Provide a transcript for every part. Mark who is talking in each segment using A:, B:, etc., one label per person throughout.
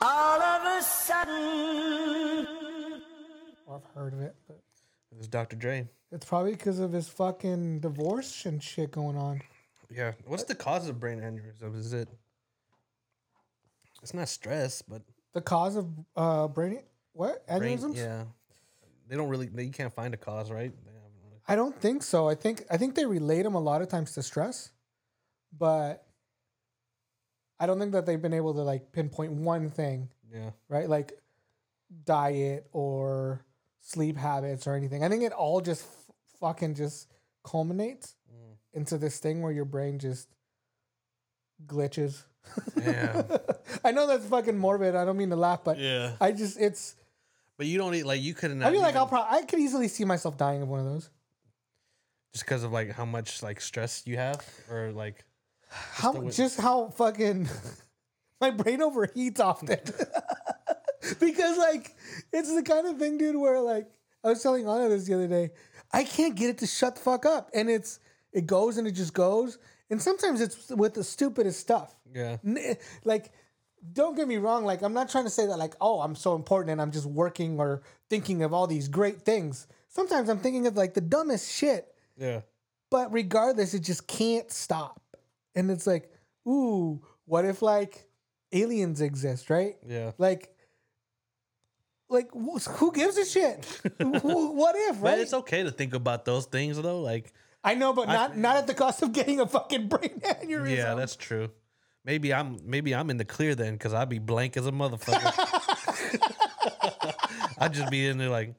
A: All of a sudden.
B: Well, I've heard of it, but
C: It was Dr. Dre.
B: it's probably because of his fucking divorce and shit going on.
C: Yeah. What's the cause of brain aneurysm? Is it? It's not stress, but
B: The cause of uh brain what
C: brain.
B: aneurysms?
C: Yeah. They don't really. They, you can't find a cause, right? They haven't really.
B: I don't think so. I think I think they relate them a lot of times to stress, but I don't think that they've been able to like pinpoint one thing,
C: Yeah.
B: right? Like diet or sleep habits or anything. I think it all just f- fucking just culminates
C: Mm.
B: into this thing where your brain just glitches.
C: Yeah.
B: I know that's fucking morbid. I don't mean to laugh, but
C: yeah.
B: I just it's.
C: But you don't eat like you couldn't.
B: I feel like I'll probably I could easily see myself dying of one of those.
C: just because of like how much like stress you have or like
B: How
C: the way-
B: just how fucking my brain overheats often because like it's the kind of thing, dude, where like I was telling Anna this the other day, I can't get it to shut the fuck up, and it's it goes and it just goes, and sometimes it's with the stupidest stuff.
C: yeah
B: N- like don't get me wrong like i'm not trying to say that like oh i'm so important and i'm just working or thinking of all these great things sometimes i'm thinking of like the dumbest shit
C: yeah
B: but regardless it just can't stop and it's like ooh what if like aliens exist right
C: yeah
B: like like wh- who gives a shit Wh- what if
C: but
B: right
C: it's okay to think about those things though like
B: i know but not not at the cost of getting a fucking brain aneurysm
C: yeah that's true maybe i'm maybe i'm in the clear then because i'd be blank as a motherfucker i'd just be in there like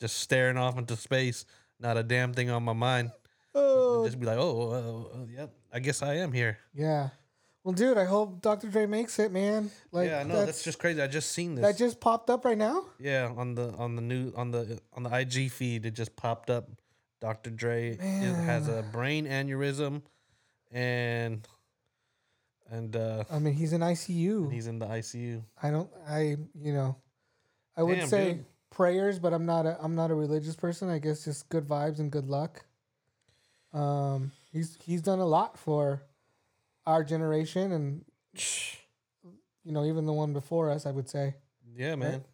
C: just staring off into space not a damn thing on my mind
B: Oh,
C: just be like oh uh, uh, yep i guess i am here
B: yeah well dude i hope dr dre makes it man like
C: yeah i know that's, just crazy i just seen this
B: That just popped up right now.
C: Yeah, on the on the new on the on the IG feed, it just popped up. Dr. Dre is, has a brain aneurysm, and and uh,
B: I mean, he's in ICU.
C: he's in the ICU.
B: I don't. I you know, I would
C: Damn,
B: say
C: dude.
B: prayers, but I'm not a I'm not a religious person. I guess just good vibes and good luck. Um, he's he's done a lot for our generation and you know even the one before us. I would say
C: Yeah, man,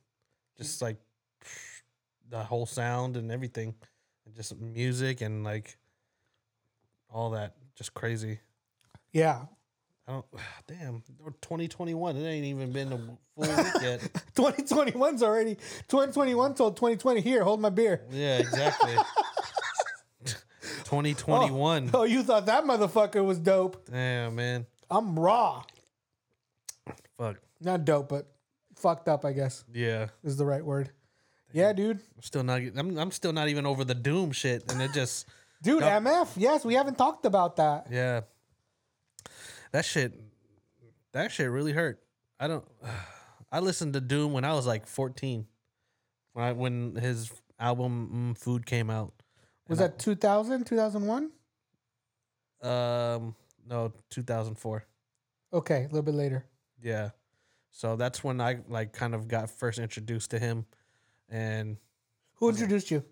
C: just like the whole sound and everything, and just music and like all that, just crazy.
B: yeah.
C: I don't. Damn, twenty twenty one. It ain't even been a full week yet.
B: 2021's already 2021 till 2020 here hold my beer
C: Yeah, exactly. Twenty twenty one.
B: oh you thought that motherfucker was dope
C: Damn, man.
B: i'm raw
C: Fuck.
B: not dope but fucked up i guess
C: Yeah.
B: is the right word. Yeah, dude.
C: I'm still not e, I'm, I'm still not even over the doom shit and it just
B: Dude,
C: No.
B: MF. Yes, we haven't talked about that.
C: yeah. That shit that shit really hurt. I don't I listened to Doom when I was like 14. When I, when his album mm, Food came out.
B: Was that 2000, 2001?
C: Um no, 2004.
B: Okay, a little bit later.
C: Yeah. So that's when I like kind of got first introduced to him and
B: Who introduced you?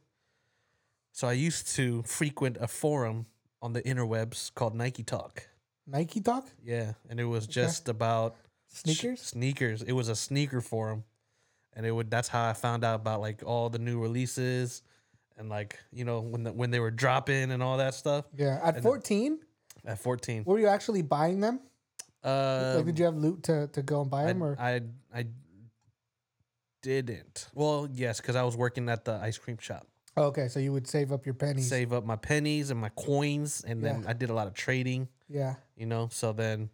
C: so I used to frequent a forum on the interwebs called Nike Talk.
B: Nike Talk?
C: Yeah, and it was just about sh-
B: Sneakers?
C: sneakers. It was a sneaker forum, and it would. That's how I found out about like all the new releases, and like you know when the, when they were dropping and all that stuff
B: Yeah.
C: uh,
B: At 14,
C: at fourteen.
B: were you actually buying them?
C: Uh,
B: like, did you have loot to, to go and buy
C: I,
B: them? Or
C: I I didn't. Well, yes, because I was working at the ice cream shop.
B: okay, so you would save up your pennies.
C: Save up my pennies and my coins, and then
B: Yeah.
C: I did a lot of trading.
B: Yeah.
C: you know so then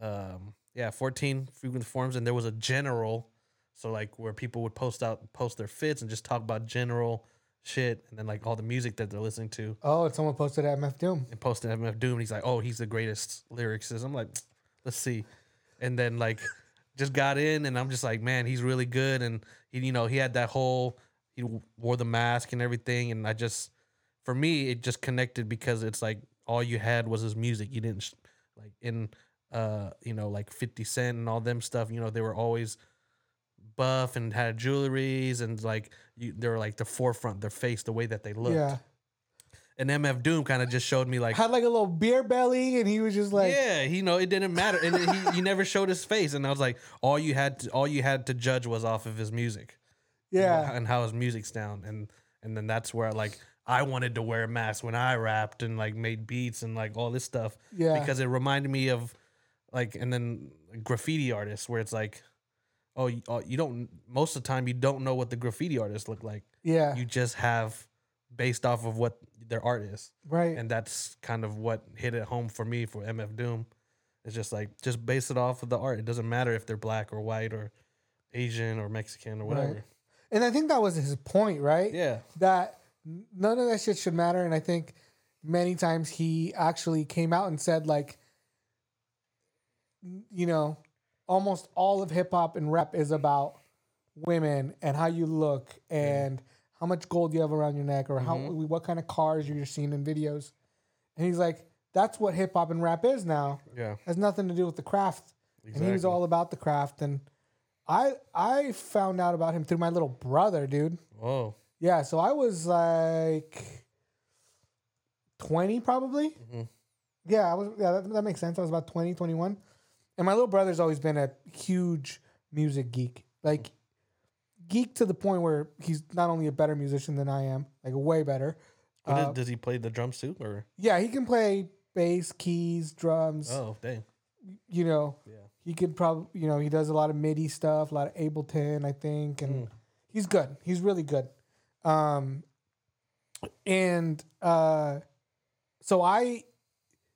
C: um yeah 14 frequent forums and there was a general so like where people would post out post their fits and just talk about general shit and then like all the music that they're listening to
B: Oh, and someone posted MF Doom.
C: and posted mf doom and he's like oh he's the greatest lyricist i'm like let's see and then like just got in and i'm just like man he's really good and he you know he had that whole he w- wore the mask and everything and i just for me it just connected because it's like all you had was his music you didn't sh- like in uh you know like 50 cent and all them stuff you know they were always buff and had jewelries and like you, they were like the forefront their face the way that they looked
B: Yeah.
C: and MF Doom kind of just showed me like,
B: Had like a little beer belly, and he was just like,
C: yeah, you know, it didn't matter, and then he, he never showed his face, and I was like, all you had to all you had to judge was off of his music,
B: yeah,
C: and how his music sound, and and then that's where like I wanted to wear a mask when I rapped and like made beats and like all this stuff,
B: yeah,
C: because it reminded me of like and then graffiti artists where it's like oh you, oh, you don't most of the time you don't know what the graffiti artists look like
B: yeah,
C: you just have based off of what their art is
B: right,
C: and that's kind of what hit it home for me for mf doom it's just like just base it off of the art it doesn't matter if they're black or white or asian or mexican or
B: Right.
C: whatever
B: and I think that was his point, right?
C: yeah
B: that none of that shit should matter. And I think many times he actually came out and said, like, you know, almost all of hip hop and rap is about women and how you look and how much gold you have around your neck or how what kind of cars you're seeing in videos. And he's like, that's what hip hop and rap is now.
C: yeah
B: has nothing to do with the craft. And he was
C: Exactly.
B: all about the craft. And I I found out about him through my little brother, dude.
C: oh
B: Yeah, so I was like 20 probably.
C: Mhm.
B: Yeah, I was yeah, that, that makes sense. I was about 20, 21. And my little brother's always been a huge music geek. Like geek to the point where he's not only a better musician than I am, like way better.
C: What did-
B: Uh,
C: does he play the drums too or
B: Yeah, he can play bass, keys, drums,
C: oh dang
B: you know.
C: Yeah.
B: He could probably, you know, he does a lot of MIDI stuff, a lot of Ableton, I think,
C: Mm.
B: and he's good. He's really good. Um, and uh, so I,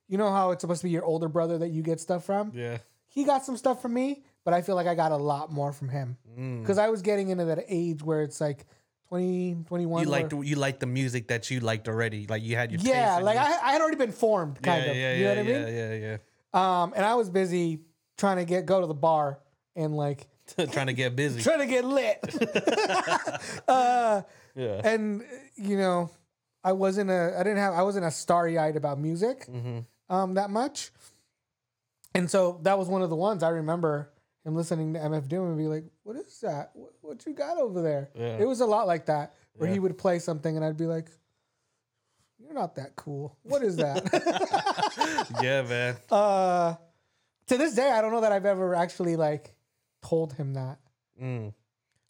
B: you know how it's supposed to be your older brother that you get stuff from.
C: yeah
B: He got some stuff from me, but I feel like I got a lot more from him
C: Mm.
B: because I was getting into that age where it's like 20, 21.
C: you
B: where-
C: liked you liked the music that you liked already like you had your taste
B: yeah,
C: and
B: like
C: you-
B: I, I had already been formed, kind
C: yeah,
B: of.
C: yeah
B: you know
C: yeah
B: what I mean?
C: yeah yeah yeah
B: Um, and I was busy trying to get go to the bar and like
C: trying to get busy.
B: trying to get lit. uh,
C: Yeah.
B: and you know, I wasn't a I didn't have I wasn't a starry eyed about music
C: Mm-hmm.
B: um that much. And so that was one of the ones I remember him listening to MF Doom and be like, "What is that? What, what you got over there?"
C: Yeah.
B: It was a lot like that where he
C: Yeah.
B: would play something and I'd be like, "You're not that cool. What is that?"
C: yeah, man.
B: uh, to this day, I don't know that I've ever actually like told him that.
C: Mm.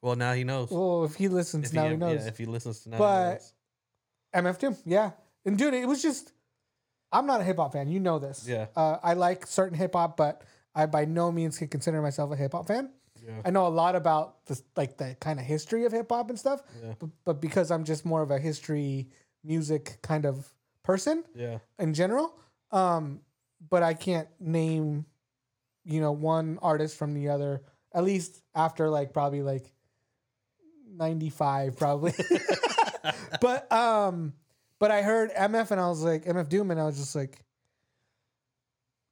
C: Well, now he knows.
B: Well, if he listens
C: if
B: now,
C: he,
B: he knows.
C: Yeah, if he listens to now,
B: But-
C: he knows.
B: MF Doom, yeah. And dude, it was just I'm not a hip hop fan. You know this.
C: Yeah.
B: Uh, I like certain hip hop, but I by no means can consider myself a hip hop fan.
C: Yeah.
B: I know a lot about the like the kind of history of hip hop and stuff,
C: Yeah.
B: but, but because I'm just more of a history music kind of person
C: yeah,
B: in general, um, but I can't name, you know, one artist from the other. At least after like probably like ninety five, probably. but um but I heard MF and I was like MF Doom and I was just like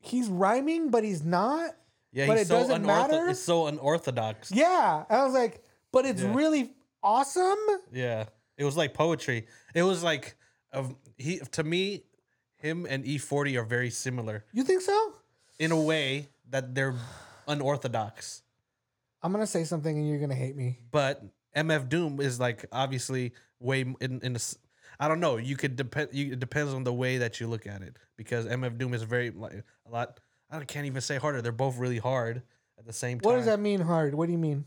B: he's rhyming but he's not.
C: yeah.
B: But
C: he's
B: it
C: so
B: doesn't
C: unortho-
B: matter?
C: It's so unorthodox. Yeah.
B: Yeah. And I was like but it's
C: Yeah.
B: really awesome.
C: it was like poetry. It was like of he to me, him and E forty are very similar
B: You think so?
C: in a way that they're unorthodox.
B: I'm going to say something and you're going to hate me.
C: but MF Doom is like obviously way m- in in the. s- I don't know. You could depend. You, it depends on the way that you look at it because MF Doom is very like a lot. I don't- can't even say harder. They're both really hard at the same time.
B: What does that mean hard? What do you mean?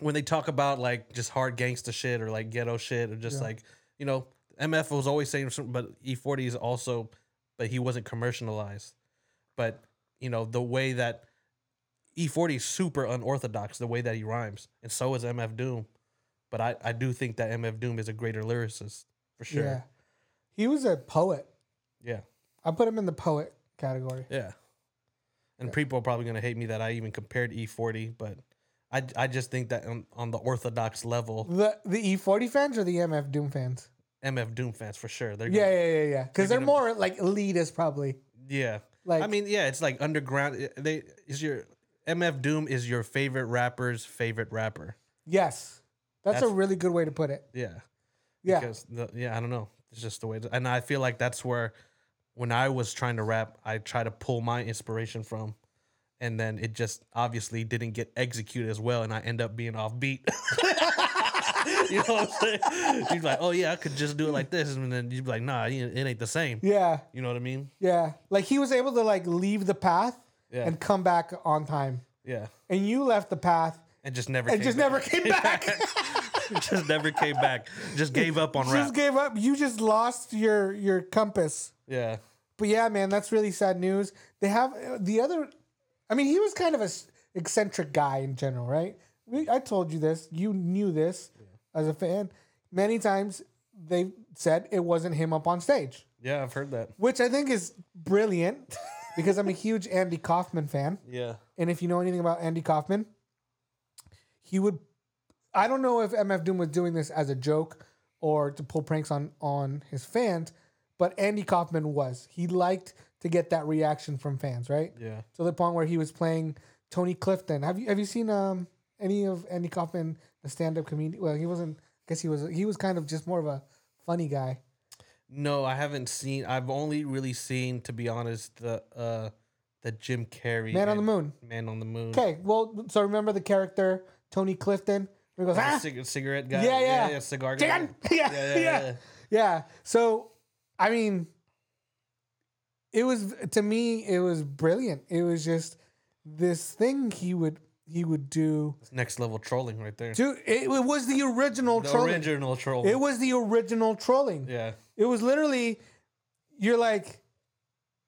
C: When they talk about like just hard gangster shit or like ghetto shit or just
B: Yeah.
C: like you know MF was always saying something, but E forty is also, but he wasn't commercialized. But you know the way that E forty is super unorthodox the way that he rhymes, and so is MF Doom. But I, I do think that MF Doom is a greater lyricist for sure.
B: Yeah. He was a poet.
C: Yeah,
B: I put him in the poet category.
C: yeah. And people are probably gonna hate me that I even compared E forty, but I, I just think that on, on the orthodox level,
B: The the E40 fans or the MF Doom fans?
C: MF Doom fans for sure. They're
B: Yeah,
C: gonna-
B: yeah, yeah, yeah. Because
C: They're
B: they're
C: gonna-
B: more like elitist, probably.
C: yeah.
B: Like,
C: I mean, yeah, it's like underground. it- They is your MF Doom is your favorite rapper's favorite rapper.
B: yes, that's, a
C: That's-
B: really good way to put it.
C: Yeah,
B: Yeah,
C: Because the, yeah, I don't know. It's just the way, it- and I feel like that's where when I was trying to rap, I try to pull my inspiration from, and then it just obviously didn't get executed as well, and I end up being off beat. you know what I'm saying? You'd be like, oh yeah, I could just do it like this, and then you'd be like, nah, you- it ain't the same.
B: Yeah,
C: You know what I mean?
B: yeah. Like he was able to like leave the path
C: Yeah.
B: and come back on time,
C: Yeah,
B: and you left the path
C: and just never.
B: and
C: came
B: just
C: back.
B: never came back.
C: just never came back. Just gave up on rap.
B: just gave up. You just lost your your compass.
C: yeah,
B: But yeah, man, that's really sad news. They have uh, the other. I mean, he was kind of a s- eccentric guy in general, right? We, I told you this. You knew this as a fan. Many times they said it wasn't him up on stage,
C: yeah, I've heard that.
B: which I think is brilliant because I'm a huge Andy Kaufman fan.
C: Yeah,
B: And if you know anything about Andy Kaufman, he would. I don't know if MF Doom was doing this as a joke or to pull pranks on on his fans, but Andy Kaufman was. He liked to get that reaction from fans, right?
C: yeah.
B: To the point where he was playing Tony Clifton. Have you have you seen um any of Andy Kaufman, the stand up comedian? Well, he wasn't. I guess he was. He was kind of just more of a funny guy.
C: No, I haven't seen. I've only really seen, to be honest, the uh, the Jim Carrey
B: Man on the
C: and-
B: Moon.
C: Man on the Moon.
B: Okay, well, so remember the character Tony Clifton. Where he goes,
C: The
B: ah,
C: cig- cigarette guy.
B: Yeah, yeah.
C: cigar guy.
B: Dan! Yeah, yeah, yeah, So, I mean, it was to me, it was brilliant. It was just this thing he would he would do.
C: It's next level trolling right there.
B: Dude, it, it was the original
C: the
B: trolling.
C: original trolling.
B: It was the original trolling.
C: yeah,
B: It was literally, you're like,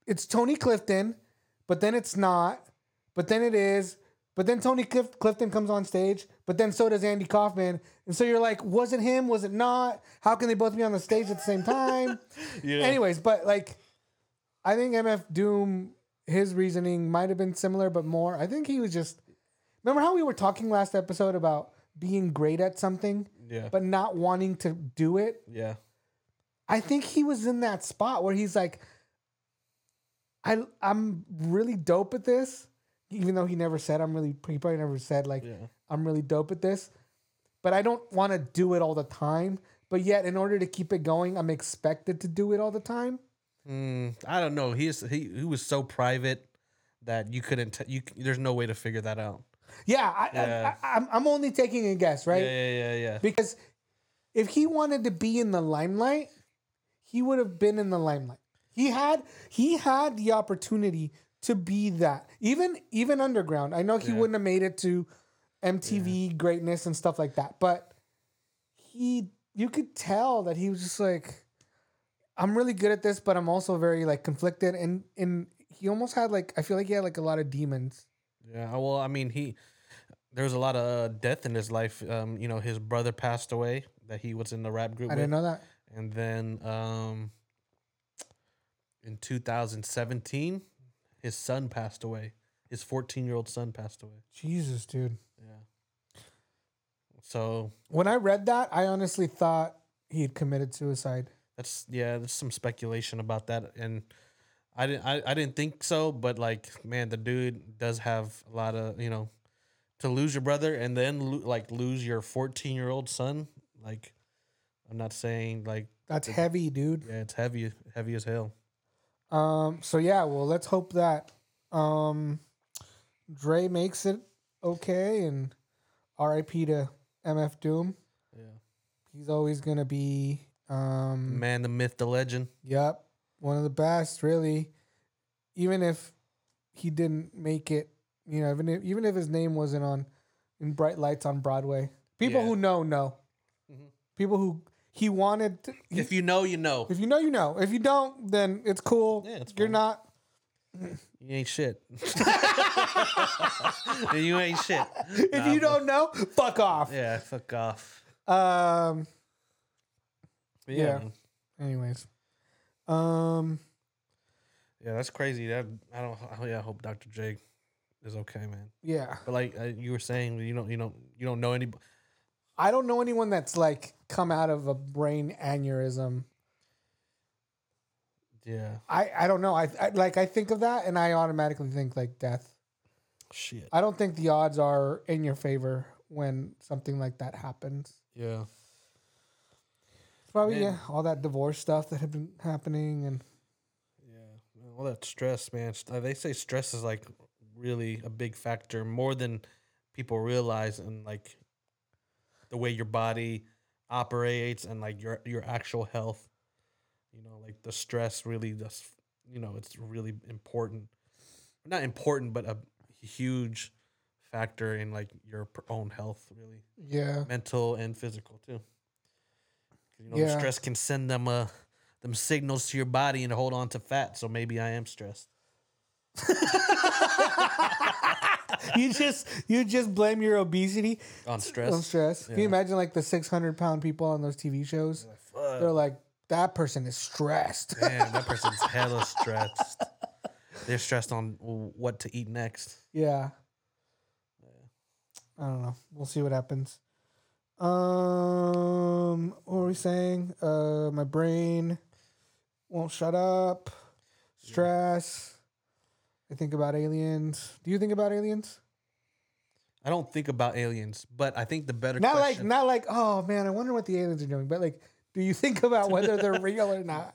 B: it's Tony Clifton, but then it's not, but then it is, but then Tony Clif- Clifton comes on stage, but then so does Andy Kaufman. And so you're like, was it him? Was it not? How can they both be on the stage at the same time?
C: yeah.
B: Anyways, but like, I think MF Doom, his reasoning might have been similar, but more. I think he was just, remember how we were talking last episode about being great at something,
C: yeah,
B: but not wanting to do it?
C: yeah,
B: I think he was in that spot where he's like, I I'm really dope at this, even though he never said I'm really. He probably never said like
C: yeah,
B: I'm really dope at this, but I don't want to do it all the time. But yet, in order to keep it going, I'm expected to do it all the time.
C: Mm, I don't know. He's he, he was so private that you couldn't. T- you c- there's no way to figure that out.
B: Yeah, I,
C: Yeah.
B: I, I, I'm I'm only taking a guess, right?
C: Yeah, yeah, yeah, yeah.
B: Because if he wanted to be in the limelight, he would have been in the limelight. He had he had the opportunity to be that. Even even underground. I know he
C: Yeah.
B: wouldn't have made it to MTV greatness and stuff like that, but he you could tell that he was just like I'm really good at this, but I'm also very like conflicted and and he almost had like I feel like he had like a lot of demons.
C: Yeah, well, I mean, he there was a lot of uh, death in his life. Um, you know, his brother passed away that he was in the rap group
B: I
C: with,
B: didn't know that.
C: and then um, in 2017, his son passed away. His 14 year old son passed away.
B: Jesus, dude.
C: Yeah. So
B: When I read that, I honestly thought he had committed suicide.
C: that's yeah, there's some speculation about that, and I didn't I, I didn't think so, but like man, the dude does have a lot of you know to lose your brother and then lo- like lose your 14 year old son. Like I'm not saying like
B: That's heavy, dude.
C: yeah, it's heavy heavy as hell.
B: Um, so yeah, well, let's hope that um, Dre makes it okay, and R.I.P. to MF Doom.
C: Yeah,
B: He's always gonna be, um,
C: man, the myth, the legend.
B: yep, one of the best, really. Even if he didn't make it, you know, even if even if his name wasn't on in bright lights on Broadway, people
C: Yeah.
B: who know know,
C: Mhm.
B: people who he wanted. To, he-
C: If you know, you know.
B: If you know, you know. If you don't, then it's cool.
C: Yeah, it's
B: You're
C: fine.
B: not.
C: You ain't shit. you ain't shit.
B: If you don't know, fuck off.
C: yeah, fuck off.
B: Um.
C: But
B: Yeah.
C: man.
B: Anyways, um,
C: Yeah, that's crazy. That I don't. Oh yeah, I hope Dr. Jake is okay, man.
B: yeah,
C: But like uh, you were saying, you don't, you don't, you don't know any.
B: I don't know anyone that's like come out of a brain aneurysm.
C: Yeah,
B: I I don't know. I, I like I think of that and I automatically think like death.
C: shit.
B: I don't think the odds are in your favor when something like that happens.
C: Yeah,
B: It's probably
C: Man.
B: yeah, all that divorce stuff that had been happening and
C: yeah. Man, All that stress, man. St- uh, They say stress is like really a big factor, more than people realize, and like the way your body operates and like your your actual health. You know, like the stress really just you know it's really important, not important, but a huge factor in like your p- own health, really
B: Yeah.
C: mental and physical too. 'Cause, You know, the
B: Yeah.
C: stress can send them uh them signals to your body and hold on to fat. So maybe I am stressed.
B: you just you just blame your obesity
C: On stress.
B: on stress. Can you
C: Yeah.
B: imagine like the six hundred pound people on those TV shows?
C: Fuck.
B: They're like, that person is stressed.
C: Damn, that person's hella stressed. They're stressed on w- what to eat next.
B: Yeah. I don't know. We'll see what happens. Um, what were we saying? Uh, my brain won't shut up. Stress. I think about aliens. Do you think about aliens?
C: I don't think about aliens, but I think the better
B: Not like,
C: question,
B: not like. Oh man, I wonder what the aliens are doing. But like, do you think about whether they're real or not?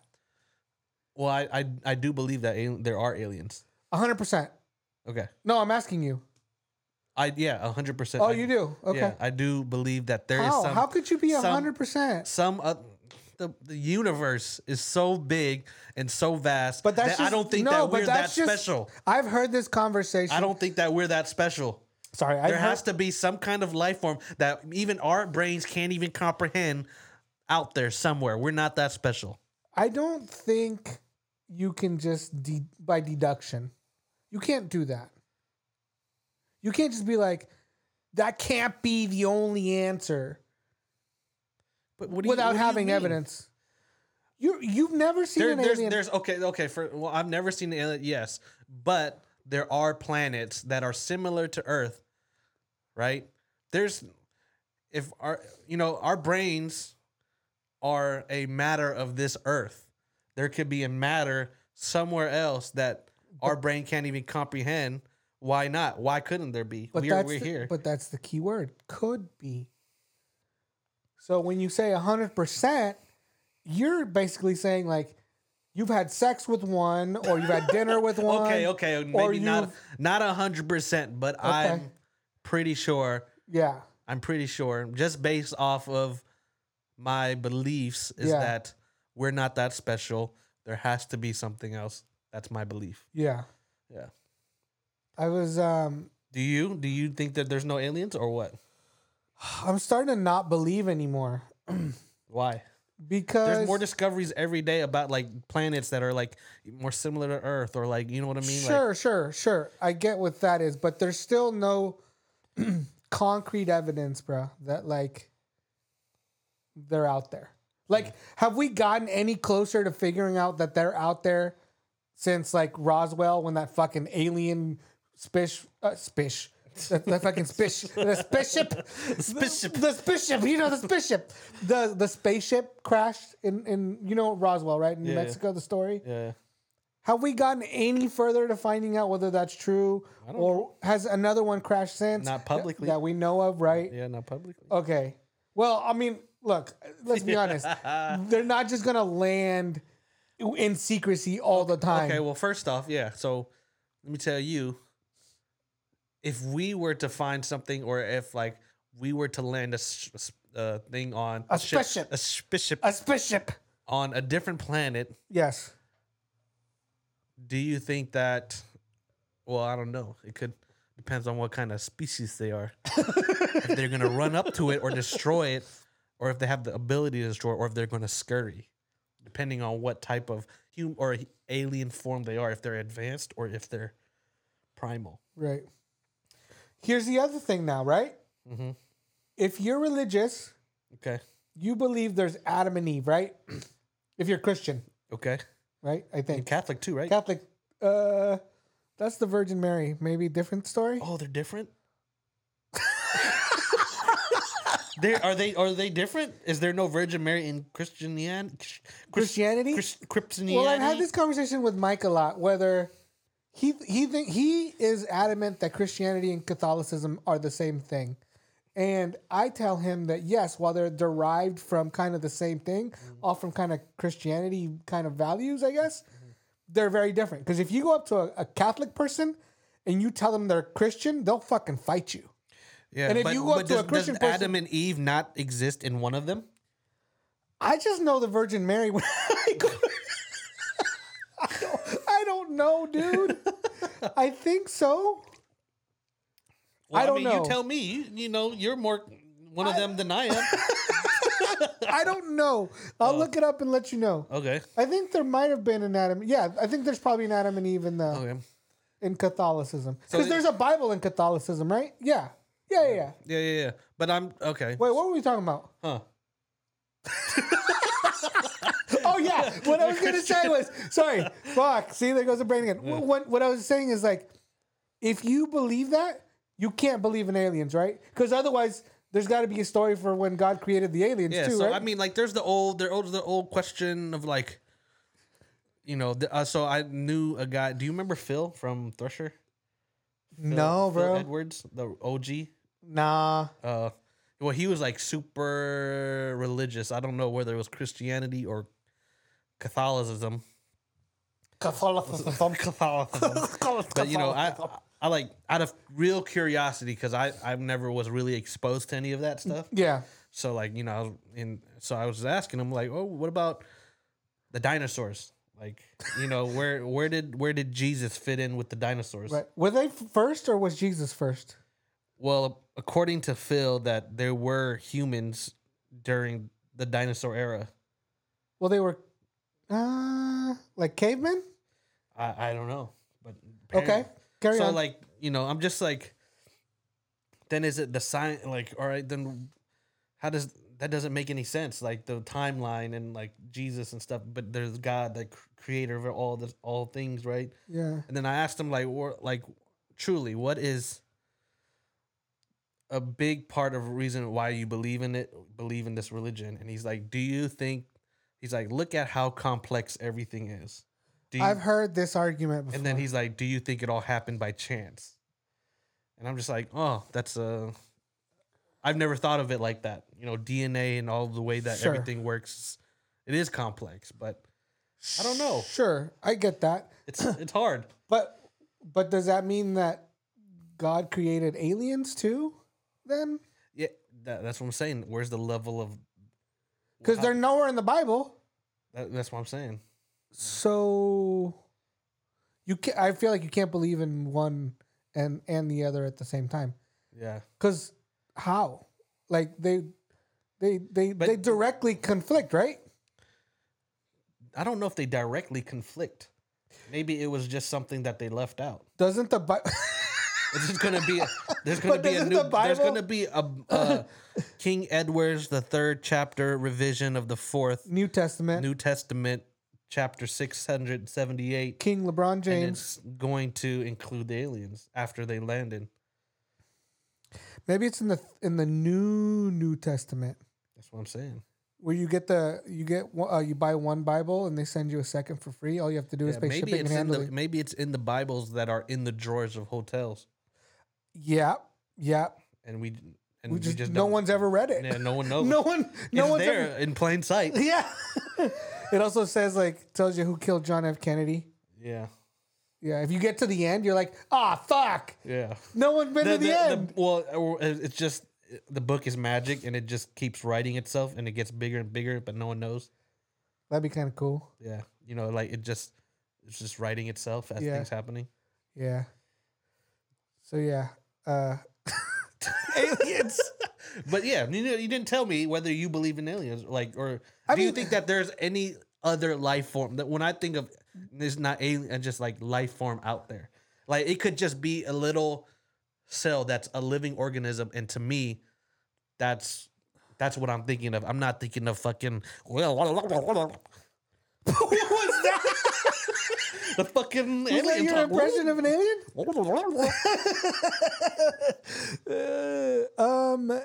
C: well, I, I I do believe that al- there are aliens.
B: hundred percent.
C: Okay,
B: No, I'm asking you.
C: I yeah, hundred percent.
B: Oh, you do. Okay.
C: Yeah, I do believe that there is
B: How?
C: some
B: How could you be
C: some-
B: hundred percent?
C: some uh, the the universe is so big and so vast.
B: But that's
C: that I
B: just-
C: don't think
B: no,
C: that
B: but
C: we're that
B: that's just-
C: special.
B: I've heard this conversation.
C: I don't think that we're that special.
B: Sorry, I've
C: There
B: heard,
C: has to be some kind of life form that even our brains can't even comprehend out there somewhere. We're not that special.
B: I don't think you can just de- by deduction. You can't do that. You can't just be like, that can't be the only answer
C: But what do you- what
B: without
C: do you
B: having
C: mean?
B: evidence. You you've never seen
C: There,
B: an
C: there's,
B: alien.
C: there's okay, okay. For well, I've never seen an alien. Yes, but there are planets that are similar to Earth, right? There's if our you know our brains are a matter of this Earth. There could be a matter somewhere else that our brain can't even comprehend. Why not? Why couldn't there be?
B: but
C: we're
B: that's
C: we're
B: the,
C: here.
B: But that's the key word. Could be. So when you say hundred percent, you're basically saying like you've had sex with one, or you've had dinner with one.
C: Okay, okay,
B: or
C: maybe not not a hundred percent, but I'm pretty sure.
B: Yeah.
C: I'm pretty sure, just based off of my beliefs, is
B: Yeah.
C: that we're not that special. There has to be something else. That's my belief.
B: Yeah.
C: Yeah.
B: I was um
C: Do you do you think that there's no aliens or what?
B: I'm starting to not believe anymore
C: Why?
B: because
C: There's more discoveries every day about like planets that are like more similar to Earth or like you know what I mean?
B: sure,
C: Like,
B: sure, sure. I get what that is, but there's still no concrete evidence, bro, that like they're out there. Like, have we gotten any closer to figuring out that they're out there since like Roswell when that fucking alien spish uh, spish that, that fucking spish the spaceship
C: Spaceship.
B: the, the spaceship you know the spaceship the the spaceship crashed in in you know Roswell right in New
C: Yeah.
B: Mexico the story
C: yeah.
B: have we gotten any further to finding out whether that's true or has another one crashed since? Th-
C: Not publicly.
B: That we know of, right?
C: Yeah, not publicly.
B: Okay. Well, I mean, look, let's be honest. They're not just going to land in secrecy all the time.
C: Okay, well, first off, yeah. So let me tell you, if we were to find something, or if like we were to land a, s- s- uh, thing on
B: A
C: ship-
B: spaceship.
C: a spaceship
B: A spaceship.
C: on a different planet,
B: Yes.
C: do you think that? Well, I don't know. It could depends on what kind of species they are. if they're gonna run up to it or destroy it, or if they have the ability to destroy, it, or if they're gonna scurry, depending on what type of human or alien form they are. If they're advanced or if they're primal.
B: Right. Here's the other thing now, right?
C: Mhm.
B: If you're religious,
C: Okay.
B: you believe there's Adam and Eve, right? if you're Christian,
C: Okay.
B: right? I think.
C: Catholic too, right?
B: Catholic. Uh, that's the Virgin Mary. Maybe different story.
C: oh, they're different. they are they are they different? Is there no Virgin Mary in Christianity?
B: Christianity.
C: Christianity.
B: well, I've had this conversation with Mike a lot. Whether he he think he is adamant that Christianity and Catholicism are the same thing, and I tell him that yes, while they're derived from kind of the same thing, all from kind of Christianity kind of values, I guess, they're very different. Because if you go up to a, a Catholic person and you tell them they're Christian, they'll fucking fight you.
C: Yeah,
B: And if
C: but,
B: you go up
C: but
B: to a
C: does,
B: Christian
C: does
B: person-
C: Adam and Eve not exist in one of them?
B: I just know the Virgin Mary. when I, go to- I don't, I don't know, dude. I think so.
C: Well,
B: I don't know.
C: You tell me. You, you know, you're more one of them than I am.
B: I don't know.
C: Oh.
B: I'll look it up and let you know.
C: okay.
B: I think there might have been an Adam. Yeah, I think there's probably an Adam and Eve in the
C: Okay.
B: in Catholicism
C: So
B: because
C: it-
B: there's a Bible in Catholicism, right? Yeah, yeah, yeah. yeah.
C: Yeah, yeah, yeah. But I'm okay.
B: Wait, what were we talking about?
C: Huh.
B: Oh yeah, what I was gonna say was sorry. Fuck. See, there goes the brain again. Wh- What what I was saying is like, if you believe that, you can't believe in aliens, right? Because otherwise, there's got to be a story for when God created the aliens
C: Yeah.
B: too,
C: so
B: right?
C: I mean, like, there's the old, there old, the old question of like, you know. The, uh, so I knew a guy. Do you remember Phil from Thrasher? Phil-
B: no,
C: Phil
B: bro.
C: Edwards, the OG.
B: nah.
C: Uh, well, he was like super religious. I don't know whether it was Christianity or Catholicism.
B: Catholicism.
C: Catholicism. but you know, I, I like out of real curiosity because I I never was really exposed to any of that stuff.
B: yeah.
C: So like you know, and so I was asking him like, oh, what about the dinosaurs? Like you know, where where did where did Jesus fit in with the dinosaurs?
B: Right. Were they f- first or was Jesus first?
C: Well, according to Phil, that there were humans during the dinosaur era.
B: Well, they were, uh, like cavemen.
C: I I don't know, but
B: Okay. Carry
C: so
B: on.
C: like you know, I'm just like, then is it the sign? Like, all right, then how does that doesn't make any sense? Like the timeline and like Jesus and stuff, but there's God, the cr- creator of all this, all things, right?
B: yeah.
C: And then I asked him like, or, like truly, what is a big part of reason why you believe in it, believe in this religion? And he's like, do you think? He's like, look at how complex everything is. Do you,
B: I've heard this argument before.
C: and then he's like, "Do you think it all happened by chance?" And I'm just like, "Oh, that's a." I've never thought of it like that. You know, DNA and all the way that
B: Sure.
C: everything works. It is complex, but I don't know.
B: Sure, I get that.
C: It's it's hard.
B: But but does that mean that God created aliens too? Then
C: Yeah, that, that's what I'm saying. Where's the level of?
B: because
C: how-
B: they're nowhere in the Bible.
C: that- that's what I'm saying.
B: So you can I feel like you can't believe in one and and the other at the same time.
C: Yeah,
B: Cuz how? Like they they they
C: But-
B: they directly conflict, right?
C: I don't know if they directly conflict. Maybe it was just something that they left out.
B: Doesn't the Bible
C: There's gonna be a, there's gonna
B: But
C: be a
B: doesn't
C: new
B: the
C: there's
B: Bible-
C: gonna be a, uh King Edwards the third chapter revision of the fourth
B: New Testament
C: New Testament chapter six hundred seventy eight,
B: King LeBron
C: and
B: James.
C: it's going to include the aliens after they landed.
B: Maybe it's in the in the new New Testament.
C: That's what I'm saying.
B: where you get the you get one- uh, you buy one Bible and they send you a second for free. All you have to do is
C: Yeah,
B: pay
C: maybe
B: shipping and
C: it's in the
B: handling.
C: maybe it's in the Bibles that are in the drawers of hotels,
B: yeah, yeah.
C: and we and
B: We just, no
C: don't-
B: one's ever read it.
C: yeah no one knows
B: no one. No
C: it's
B: one's
C: there
B: ever.
C: in plain sight.
B: Yeah. it also says like tells you who killed John F. Kennedy.
C: Yeah,
B: Yeah. If you get to the end, you're like, ah, fuck.
C: yeah.
B: No one's been to the, end.
C: well, or, uh, it's just the book is magic, and it just keeps writing itself, and it gets bigger and bigger, but no one knows.
B: That'd be kind of cool.
C: Yeah, you know, like it just it's just writing itself as
B: Yeah.
C: things happening.
B: Yeah. So yeah. Uh, aliens.
C: But yeah, you know, you didn't tell me whether you believe in aliens, like, or
B: I
C: do you
B: mean-
C: think that there's any other life form that when I think of there's not alien, and just like life form out there, like it could just be a little cell that's a living organism, and to me, that's. That's what I'm thinking of. I'm not thinking of fucking well.
B: what was that?
C: The fucking
B: Was that
C: alien
B: your
C: talk.
B: impression of an alien? Uh, um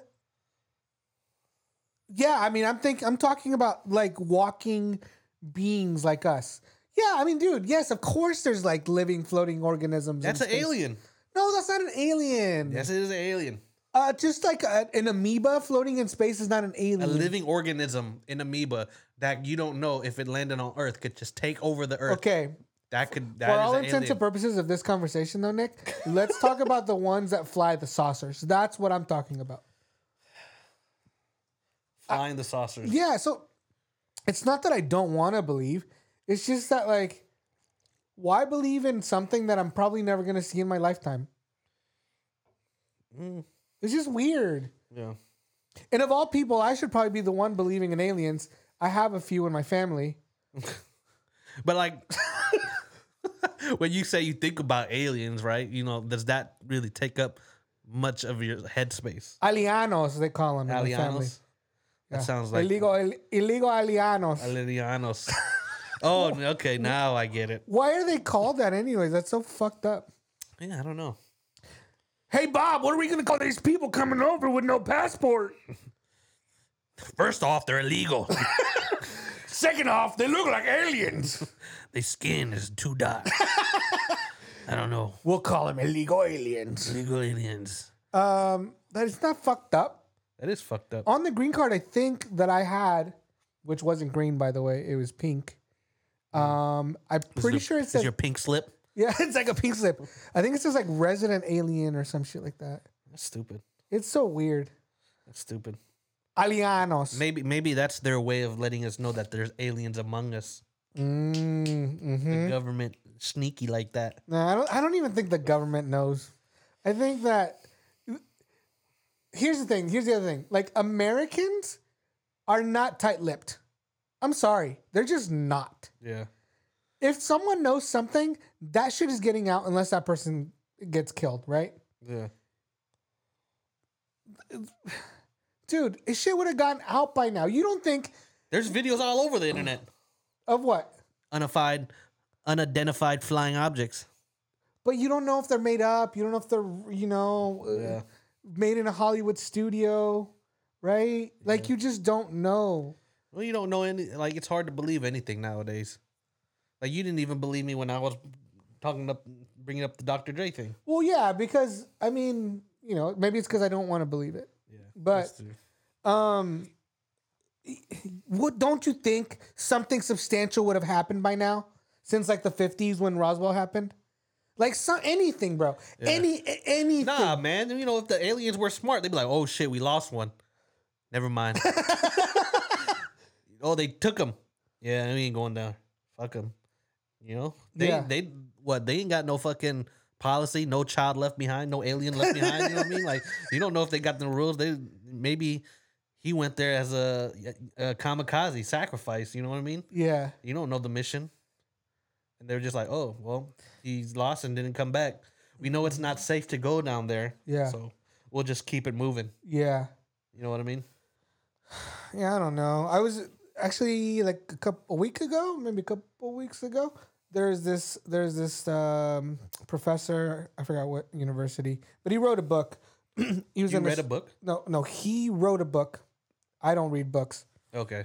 B: yeah i mean i'm think i'm talking about like walking beings like us yeah i mean dude yes of course there's like living floating organisms in
C: That's an
B: space.
C: alien.
B: no that's not an alien
C: Yes, it is an alien.
B: uh just like a, an amoeba floating in space is not an alien
C: A living organism, an amoeba that you don't know if it landed on Earth could just take over the Earth.
B: okay
C: That could that
B: For
C: is
B: all
C: an
B: intents
C: alien.
B: and purposes of this conversation, though, Nick, let's talk about the ones that fly the saucers. That's what I'm talking about.
C: flying the saucers.
B: Yeah, so it's not that I don't want to believe. It's just that like why believe in something that I'm probably never going to see in my lifetime?
C: Mm,
B: It's just weird.
C: yeah.
B: And of all people, I should probably be the one believing in aliens. I have a few in my family.
C: But like when you say you think about aliens, right? You know, does that really take up much of your headspace?
B: Alianos, they call them in my family.
C: Alianos. That sounds like
B: illegal il- illegal alianos.
C: Alianos. oh, okay. Now I get it.
B: why are they called that anyways? That's so fucked up.
C: Yeah, I don't know.
B: Hey Bob, what are we gonna call these people coming over with no passport?
C: First off, they're illegal.
B: Second off, they look like aliens.
C: Their skin is two dots. I don't know.
B: We'll call them illegal aliens.
C: Illegal aliens.
B: Um, that it's not fucked up.
C: That is fucked up.
B: On the green card, I think that I had, which wasn't green by the way, it was pink. Um, I'm pretty
C: Mm. Is
B: sure it
C: is
B: said
C: your pink slip.
B: yeah, it's like a pink slip. I think it says like resident alien or some shit like that.
C: That's stupid.
B: It's so weird.
C: That's stupid.
B: Alianos.
C: Maybe maybe that's their way of letting us know that there's aliens among us.
B: Mm, mhm.
C: The government sneaky like that.
B: No, I don't. I don't even think the government knows. I think that here's the thing. Here's the other thing. Like Americans are not tight-lipped. I'm sorry, they're just not.
C: Yeah.
B: If someone knows something, that shit is getting out unless that person gets killed, right?
C: Yeah.
B: Dude, this shit would have gotten out by now. You don't think
C: There's videos all over the internet.
B: of what,
C: Unified unidentified flying objects.
B: but you don't know if they're made up. You don't know if they're you know uh,
C: Yeah.
B: made in a Hollywood studio, right? Like you just don't know.
C: Well, you don't know any like it's hard to believe anything nowadays. Like you didn't even believe me when I was talking up bringing up the Dr. Dre thing.
B: Well, yeah, because I mean, you know, maybe it's because I don't want to believe it.
C: Yeah.
B: But um, what don't you think something substantial would have happened by now? Since like the fifties when Roswell happened, like some anything, bro, any a- anything.
C: Nah, man. You know, if the aliens were smart, they'd be like, "Oh shit, we lost one. Never mind." oh, they took him. Yeah, we ain't going down. Fuck them. You know, they
B: Yeah.
C: they what? They ain't got no fucking policy. No child left behind. No alien left behind. you know what I mean? Like you don't know if they got the rules. They maybe he went there as a, a kamikaze sacrifice. You know what I mean?
B: Yeah,
C: You don't know the mission. And they're just like, oh, well, he's lost and didn't come back. We know it's not safe to go down there.
B: Yeah.
C: So we'll just keep it moving.
B: yeah,
C: You know what I mean?
B: yeah. I don't know. I was actually like a couple a week ago, maybe a couple weeks ago. There's this there's this um, professor. I forgot what university, but he wrote a book. he was
C: You
B: in this-
C: read a book?
B: No, no, he wrote a book. I don't read books.
C: Okay.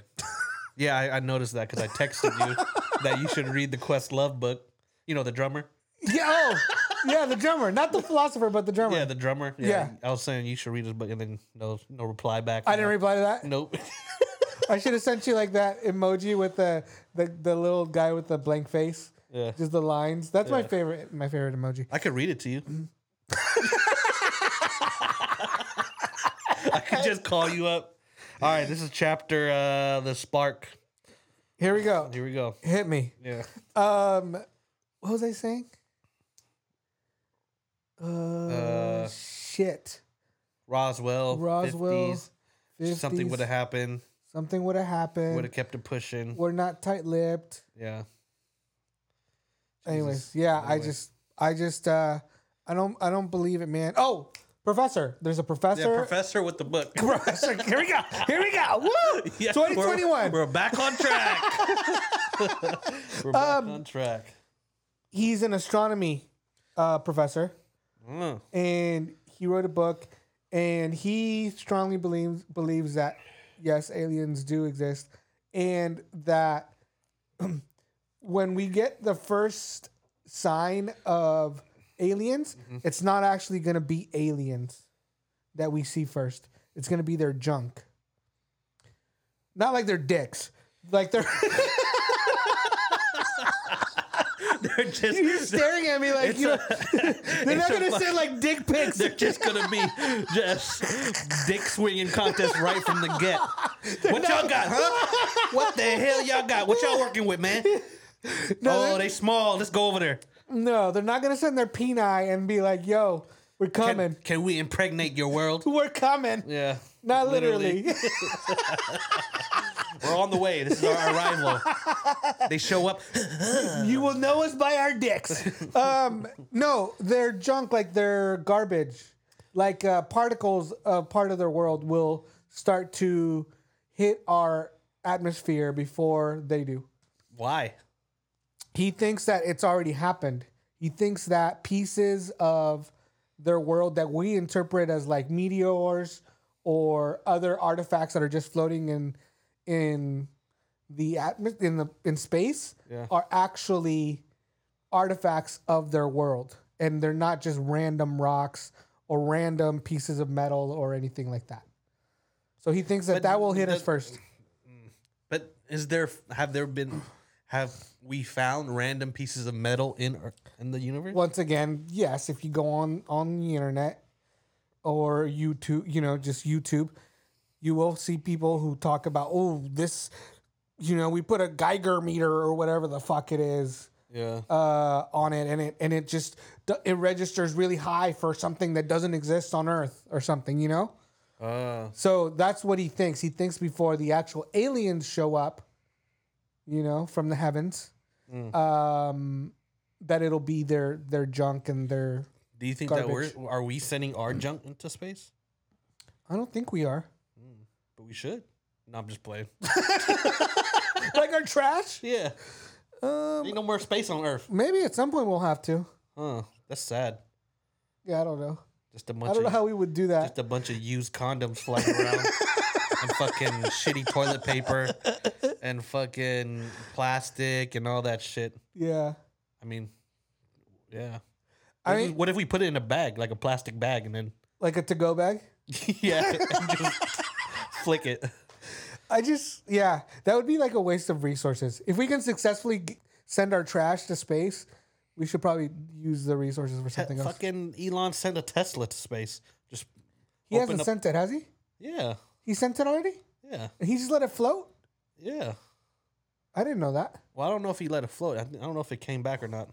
C: yeah, I, I noticed that because I texted you that you should read the Quest Love book. You know, the drummer?
B: Yeah, oh, yeah, the drummer, not the philosopher, but the drummer.
C: Yeah, the drummer.
B: Yeah.
C: I was saying you should read his book and then no no reply back.
B: I didn't reply to that.
C: Nope.
B: I should have sent you like that emoji with the, the the little guy with the blank face,
C: yeah.
B: just the lines. That's my
C: Yeah.
B: favorite. My favorite emoji.
C: I could read it to you.
B: Mm-hmm.
C: I could just call you up. All right, this is chapter uh the spark.
B: Here we go.
C: Here we go.
B: Hit me.
C: Yeah.
B: Um, what was I saying? Uh,
C: Uh,
B: shit.
C: Roswell.
B: Roswell,
C: 50s, Something
B: 50s.
C: would have happened.
B: Something would have
C: Would
B: happened.
C: have kept it pushing.
B: We're not tight-lipped.
C: Yeah.
B: Anyways, yeah, I
C: Anyway.
B: just, I just, uh, I don't, I don't believe it, man. Oh, professor, there's a
C: Yeah,
B: professor.
C: professor with the book.
B: professor, here we go, here we go, woo,
C: Yeah, we're-
B: 2021.
C: We're, back on track. we're back
B: Um,
C: on track.
B: He's an astronomy uh, professor,
C: Mm.
B: and he wrote a book, and he strongly believes believes that yes, aliens do exist, and that when we get the first sign of aliens,
C: Mm-hmm.
B: it's not actually going to be aliens that we see first. It's going to be their junk. Not like their dicks. Like their
C: They're just
B: You're staring at me like
C: It's
B: you. Know, they're not
C: it's a
B: gonna
C: fuck-
B: send like dick pics.
C: They're just gonna be just dick swinging contest right from the get. What y'all got, huh? What the hell y'all got? What y'all working with, man?
B: No,
C: oh,
B: they're,
C: they small. Let's go over there.
B: no, they're not gonna send their peni and be like, "Yo, we're coming.
C: Can, can we impregnate your world?
B: we're coming."
C: Yeah,
B: Not literally.
C: We're on the way. This is our arrival. They show up.
B: you will know us by our dicks. Um, no, they're junk. Like they're garbage. Like uh, particles of part of their world will start to hit our atmosphere before they do.
C: Why?
B: he thinks that it's already happened. He thinks that pieces of their world that we interpret as like meteors or other artifacts that are just floating in in the atmos in the in space
C: Yeah.
B: are actually artifacts of their world and they're not just random rocks or random pieces of metal or anything like that. So he thinks that
C: But
B: that will hit us
C: the-
B: first.
C: But is there have there been have we found random pieces of metal in our- in the universe?
B: once again, yes, if you go on on the internet or YouTube, you know, just YouTube, you will see people who talk about, oh, this, you know, we put a Geiger meter or whatever the fuck it is
C: Yeah.
B: uh, on it, and it and it just d- it registers really high for something that doesn't exist on Earth or something, you know.
C: Uh,
B: So that's what he thinks. He thinks before the actual aliens show up, you know, from the heavens,
C: Mm.
B: um, that it'll be their their junk and their.
C: do you think
B: Garbage.
C: that we're are we sending our junk into space?
B: I don't think we are
C: But we should. No, I'm just playing.
B: like our trash.
C: Yeah.
B: Um,
C: Ain't no more space on Earth.
B: maybe at some point we'll have to.
C: Huh. That's sad.
B: Yeah, I don't know.
C: Just a
B: I
C: bunch
B: don't know
C: of
B: how we would do that.
C: just a bunch of used condoms flying around and fucking shitty toilet paper and fucking plastic and all that shit.
B: Yeah,
C: I mean, yeah.
B: I
C: What if we-
B: mean-
C: what if we put it in a bag, like a plastic bag, and then
B: like a to go bag.
C: yeah, and just flick it.
B: I just yeah, that would be like a waste of resources. If we can successfully g- send our trash to space, we should probably use the resources for something else.
C: Fucking Elon sent a Tesla to space. Just
B: He
C: open
B: hasn't
C: up-
B: sent it, has he?
C: yeah,
B: He sent it already.
C: yeah,
B: He just let it float?
C: yeah.
B: I didn't know that.
C: Well, I don't know if he let it float. I I don't know if it came back or not.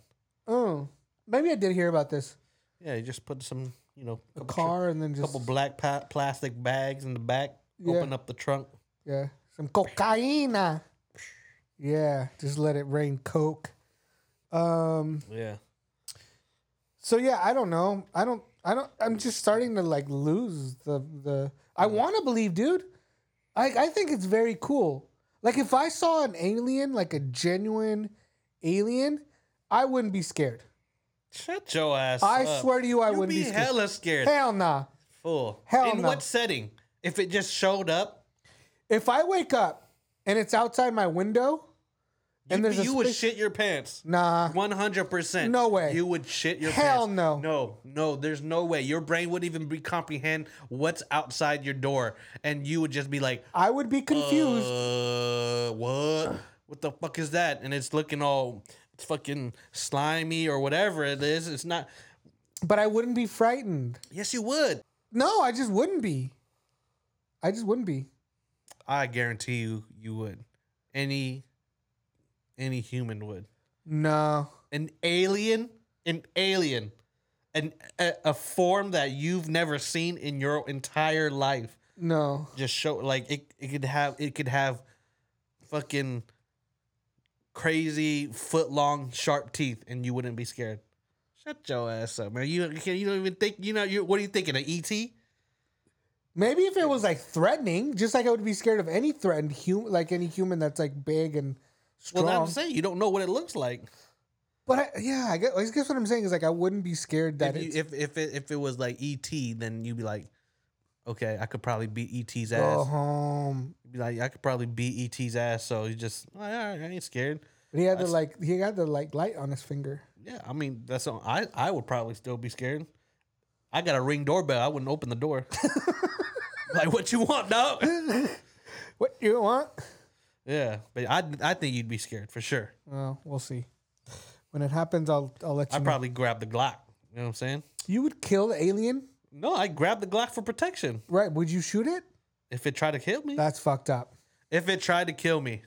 B: Oh, maybe I did hear about this.
C: Yeah, he just put some, you know,
B: A
C: couple
B: car and then
C: tr-
B: just
C: couple black pa- plastic bags in the back. Open
B: Yeah.
C: up the trunk.
B: yeah, some cocaina. Yeah, just let it rain coke. Um.
C: Yeah,
B: So yeah, I don't know. I don't. I don't. I'm just starting to like lose the the. I want to believe, dude. I I think it's very cool. Like if I saw an alien, like a genuine alien, I wouldn't be scared.
C: shut your ass.
B: I
C: up.
B: swear to you, I
C: You'd
B: wouldn't
C: be,
B: be, scared.
C: hella scared.
B: Hell nah.
C: Fool.
B: hell
C: in
B: no.
C: what setting? If it just showed up,
B: If I wake up and it's outside my window,
C: and
B: and there's a
C: you would
B: space-
C: shit your pants.
B: nah.
C: One hundred percent.
B: No way.
C: You would shit your pants.
B: Hell no.
C: No, no. There's no way. Your brain would even be comprehend what's outside your door, and you would just be like,
B: I would be confused.
C: "Uh, what? What the fuck is that?" And it's looking all it's fucking slimy or whatever it is. It's not. Uh.
B: but I wouldn't be frightened.
C: Yes, you would.
B: No, I just wouldn't be. I just wouldn't be.
C: I guarantee you, you would. Any, any human would.
B: No.
C: An alien, an alien, an a, a form that you've never seen in your entire life.
B: No.
C: just show like it, it could have it could have fucking crazy foot long sharp teeth and you wouldn't be scared. Shut your ass up, man. You you can't you don't even think you know you what are you thinking? An E ET?
B: Maybe if it was like threatening, just like I would be scared of any threatened human, like any human that's like big and
C: Well
B: strong.
C: that's what I'm saying. You don't know what it looks like.
B: but I, yeah, I guess, I guess what I'm saying is like I wouldn't be scared that
C: If, you,
B: it's.
C: if if it if it was like ET, then you'd be like, Okay, I could probably beat ET's ass.
B: Go home.
C: You'd be like, I could probably beat ET's ass, so you just all right, all right, I ain't scared.
B: But he had the
C: That's-
B: like he had the like light on his finger.
C: Yeah, I mean that's all, I I would probably still be scared. I got a ring doorbell. I wouldn't open the door. like what you want, dog?
B: What you want?
C: Yeah, but I I think you'd be scared for sure.
B: Well, we'll see. When it happens, I'll I'll let you
C: I
B: know.
C: probably grabbed the Glock. You know what I'm saying?
B: you would kill the alien,
C: No, I grabbed the Glock for protection.
B: right? Would you shoot it?
C: If it tried to kill me,
B: That's fucked up.
C: if it tried to kill me,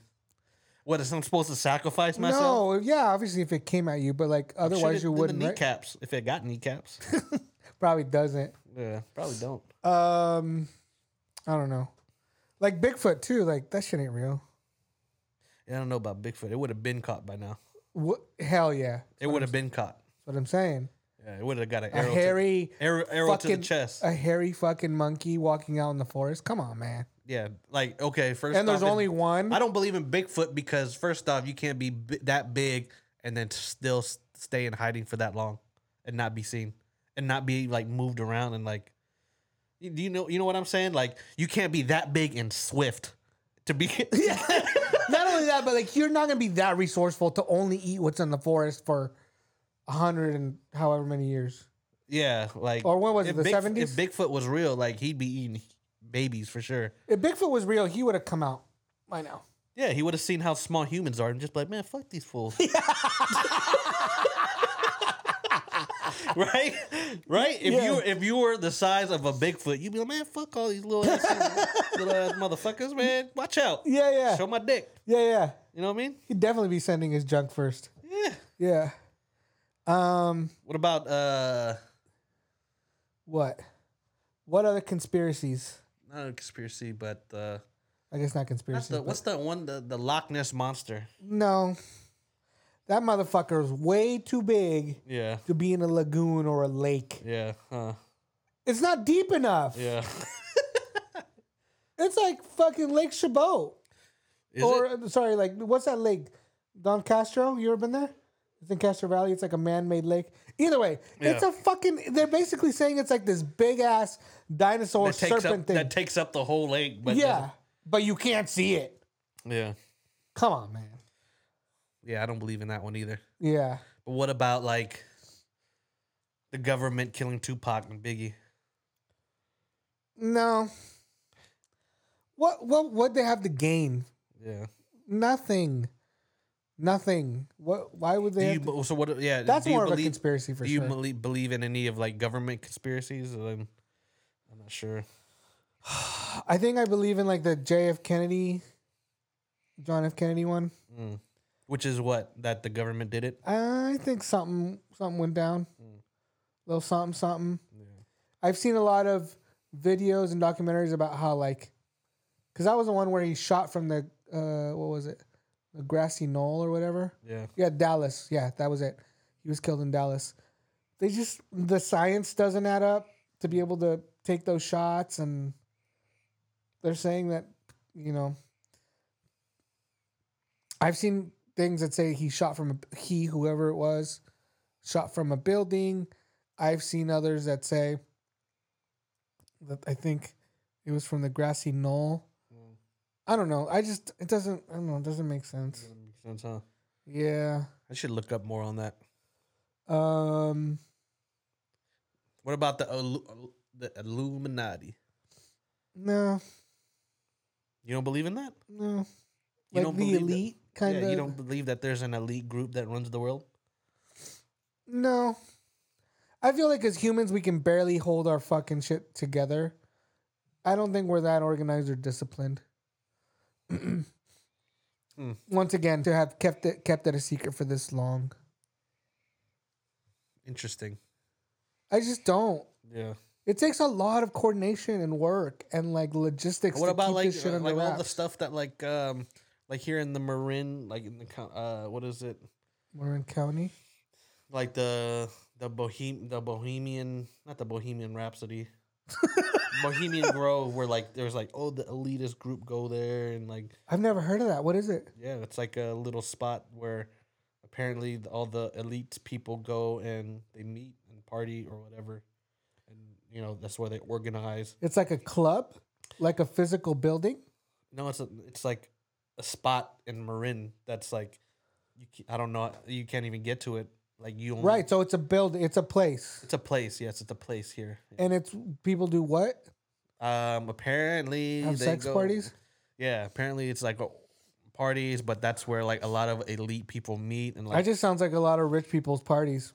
C: what is I'm supposed to sacrifice myself?
B: No, yeah, obviously if it came at you, but like
C: Shoot
B: otherwise
C: it
B: you
C: in
B: wouldn't.
C: The
B: Right?
C: kneecaps, if it got kneecaps.
B: Probably doesn't.
C: yeah, probably don't.
B: Um, I don't know. Like Bigfoot too. Like that shit ain't real.
C: I don't know about Bigfoot. It would have been caught by now.
B: What? Hell yeah.
C: It would have been caught.
B: That's what I'm saying.
C: Yeah, it would have got an
B: A
C: arrow,
B: hairy,
C: to, arrow, arrow to the
B: fucking-
C: chest.
B: a hairy fucking monkey walking out in the forest. Come on, man.
C: yeah, like okay. First,
B: And there's
C: off, it-
B: only one.
C: I don't believe in Bigfoot because first off, you can't be b- that big and then still s- stay in hiding for that long and not be seen and not be like moved around and like. you- Do you know? You know what I'm saying? Like you can't be that big and swift to be.
B: Not only that, but like you're not gonna be that resourceful to only eat what's in the forest for a hundred and however many years.
C: yeah, like
B: Or what was it,
C: if
B: the
C: Big-
B: 70s?
C: If Bigfoot was real, like he'd be eating babies for sure.
B: If Bigfoot was real, he would have come out by now.
C: Yeah, he would have seen how small humans are and just be like, man, fuck these fools. right? Right? If
B: Yeah.
C: you if you were the size of a Bigfoot, you'd be like, man, fuck all these little ass, little ass motherfuckers, man. Watch out.
B: Yeah, yeah,
C: Show my dick.
B: yeah, yeah.
C: You know what I mean?
B: He'd definitely be sending his junk first.
C: Yeah.
B: Yeah. Um.
C: What about uh
B: What? What other conspiracies?
C: not a conspiracy, but uh
B: I guess not
C: what's
B: conspiracies.
C: the, what's that one the, the Loch Ness monster?
B: but- no. That motherfucker is way too big
C: Yeah.
B: to be in a lagoon or a lake.
C: Yeah. Huh.
B: It's not deep enough.
C: Yeah.
B: It's like fucking Lake Chabot.
C: Is
B: or
C: it?
B: uh, sorry, like what's that lake? Don Castro? You ever been there? It's in Castro Valley. It's like a man-made lake. Either way, it's
C: Yeah.
B: a fucking. They're basically saying it's like this big ass dinosaur
C: that takes
B: serpent
C: up
B: thing.
C: that takes up the whole lake, but
B: yeah, but you can't see it.
C: doesn't- Yeah.
B: Come on, man.
C: Yeah, I don't believe in that one either.
B: Yeah,
C: But what about like the government killing Tupac and Biggie?
B: no. What what what they have to gain?
C: Yeah.
B: Nothing. Nothing. What? Why would
C: Do
B: they?
C: you,
B: Have to,
C: so what? Yeah.
B: that's
C: do you
B: more of a
C: believe-
B: conspiracy for
C: Do you
B: sure.
C: belie- believe in any of like government conspiracies? I'm, I'm not sure.
B: I think I believe in like the JF Kennedy, John F. Kennedy one.
C: Mm. Which is what that the government did it.
B: I think something something went down. little something something. I've seen a lot of videos and documentaries about how like cuz that was the one where he shot from the uh what was it? The grassy knoll or whatever.
C: Yeah.
B: Yeah, Dallas. Yeah, that was it. He was killed in Dallas. They just the science doesn't add up to be able to take those shots and they're saying that, you know, I've seen things that say he shot from a, he whoever it was shot from a building. I've seen others that say that I think it was from the grassy knoll.
C: Mm.
B: I don't know. I just it doesn't I don't know, it doesn't make sense.
C: Doesn't make sense, huh?
B: Yeah.
C: I should look up more on that.
B: Um,
C: What about the Illu- the Illuminati?
B: no,
C: You don't believe in that?
B: no.
C: You
B: like
C: don't
B: the
C: believe that-
B: elite kind
C: yeah,
B: of.
C: you don't believe that there's an elite group that runs the world?
B: No, I feel like as humans we can barely hold our fucking shit together. I don't think we're that organized or disciplined.
C: Hmm.
B: Once again, to have kept it kept it a secret for this long,
C: Interesting.
B: I just don't.
C: Yeah.
B: It takes a lot of coordination and work and like logistics.
C: What
B: to
C: about
B: keep
C: like
B: this shit
C: uh,
B: under
C: like all the
B: wraps.
C: stuff that like um like here in the Marin like in the co- uh what is it
B: We're in county.
C: like the the bohem the Bohemian not the Bohemian Rhapsody Bohemian Grove where like there's like oh the elitist group go there and like
B: I've never heard of that. What is it?
C: yeah it's like a little spot where apparently the- all the elite people go and they meet and party or whatever and you know that's where they organize
B: It's like a club, like a physical building.
C: No, it's a, it's like a spot in Marin that's like you ca- I don't know you can't even get to it. Like you only,
B: Right. So it's a build. It's a place,
C: It's a place. Yes, it's a place here.
B: and it's people do what?
C: Um, apparently
B: Have
C: they
B: sex
C: go-
B: parties.
C: Yeah, apparently it's like a parties, but that's where like a lot of elite people meet and like
B: That just sounds like a lot of rich people's parties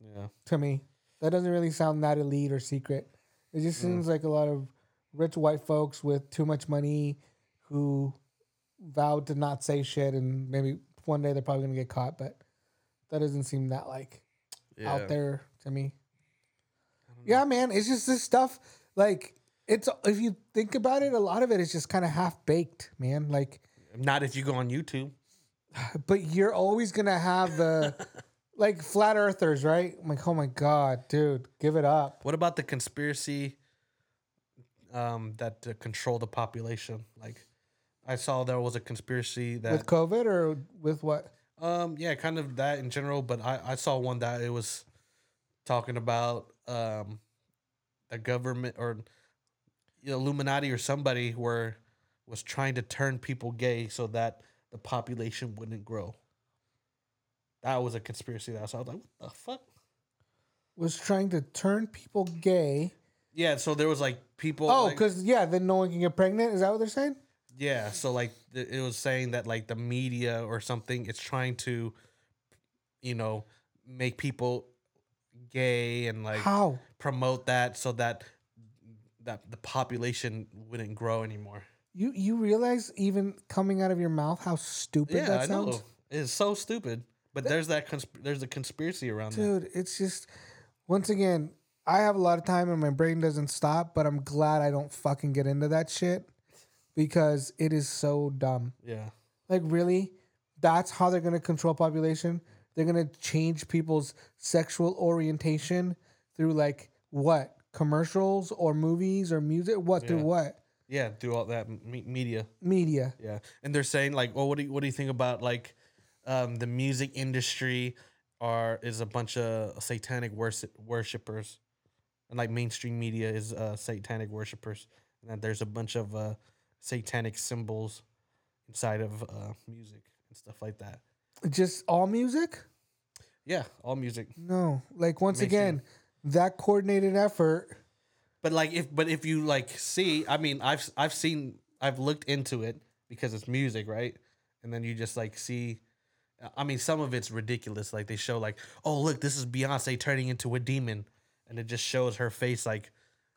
C: yeah.
B: to me. That doesn't really sound that elite or secret. It just
C: Mm.
B: seems like a lot of rich white folks with too much money who vowed to not say shit, and maybe one day they're probably gonna get caught. But that doesn't seem that like
C: yeah.
B: out there to me. Yeah, man, it's just this stuff. Like it's if you think about it, a lot of it is just kind of half baked, man. Like,
C: Not if you go on YouTube.
B: but you're always gonna have the like flat earthers, right? I'm like, oh my god, dude, give it up.
C: What about the conspiracy um, that uh, control the population? Like, I saw there was a conspiracy
B: With
C: that,
B: COVID or with what?
C: um, yeah, kind of that in general. But I, I saw one that it was talking about um, the government or the Illuminati or somebody were was trying to turn people gay so that the population wouldn't grow. That was a conspiracy that I saw. I was like, what the fuck?
B: Was trying to turn people gay.
C: Yeah, so there was like people.
B: Oh,
C: like-
B: because yeah, then no one can get pregnant. Is that what they're saying?
C: Yeah, so like th- it was saying that like the media or something it's trying to you know make people gay and like
B: How?
C: promote that so that that the population wouldn't grow anymore.
B: You you realize even coming out of your mouth how stupid
C: yeah,
B: that
C: I
B: sounds?
C: know. It's so stupid. But there's that consp- there's a conspiracy around that.
B: Dude, it's just once again, I have a lot of time and my brain doesn't stop, but I'm glad I don't fucking get into that shit because it is so dumb.
C: Yeah.
B: Like really, that's how they're going to control population. They're going to change people's sexual orientation through like what? Commercials or movies or music? What through
C: Yeah.
B: what?
C: Yeah, through all that me- media.
B: Media.
C: Yeah, and they're saying like, "Well, what do you, what do you think about like um, the music industry are is a bunch of satanic worship, worshippers, and like mainstream media is uh, satanic worshippers, and that there's a bunch of uh, satanic symbols inside of uh, music and stuff like that."
B: Just all music?
C: Yeah, all music,
B: No. Like once
C: Mainstream.
B: again, that coordinated effort
C: but like if but if you like see, I mean, I've I've seen I've looked into it because it's music, right? And then you just like see I mean, some of it's ridiculous. Like they show like, oh look, this is Beyonce turning into a demon, and it just shows her face like,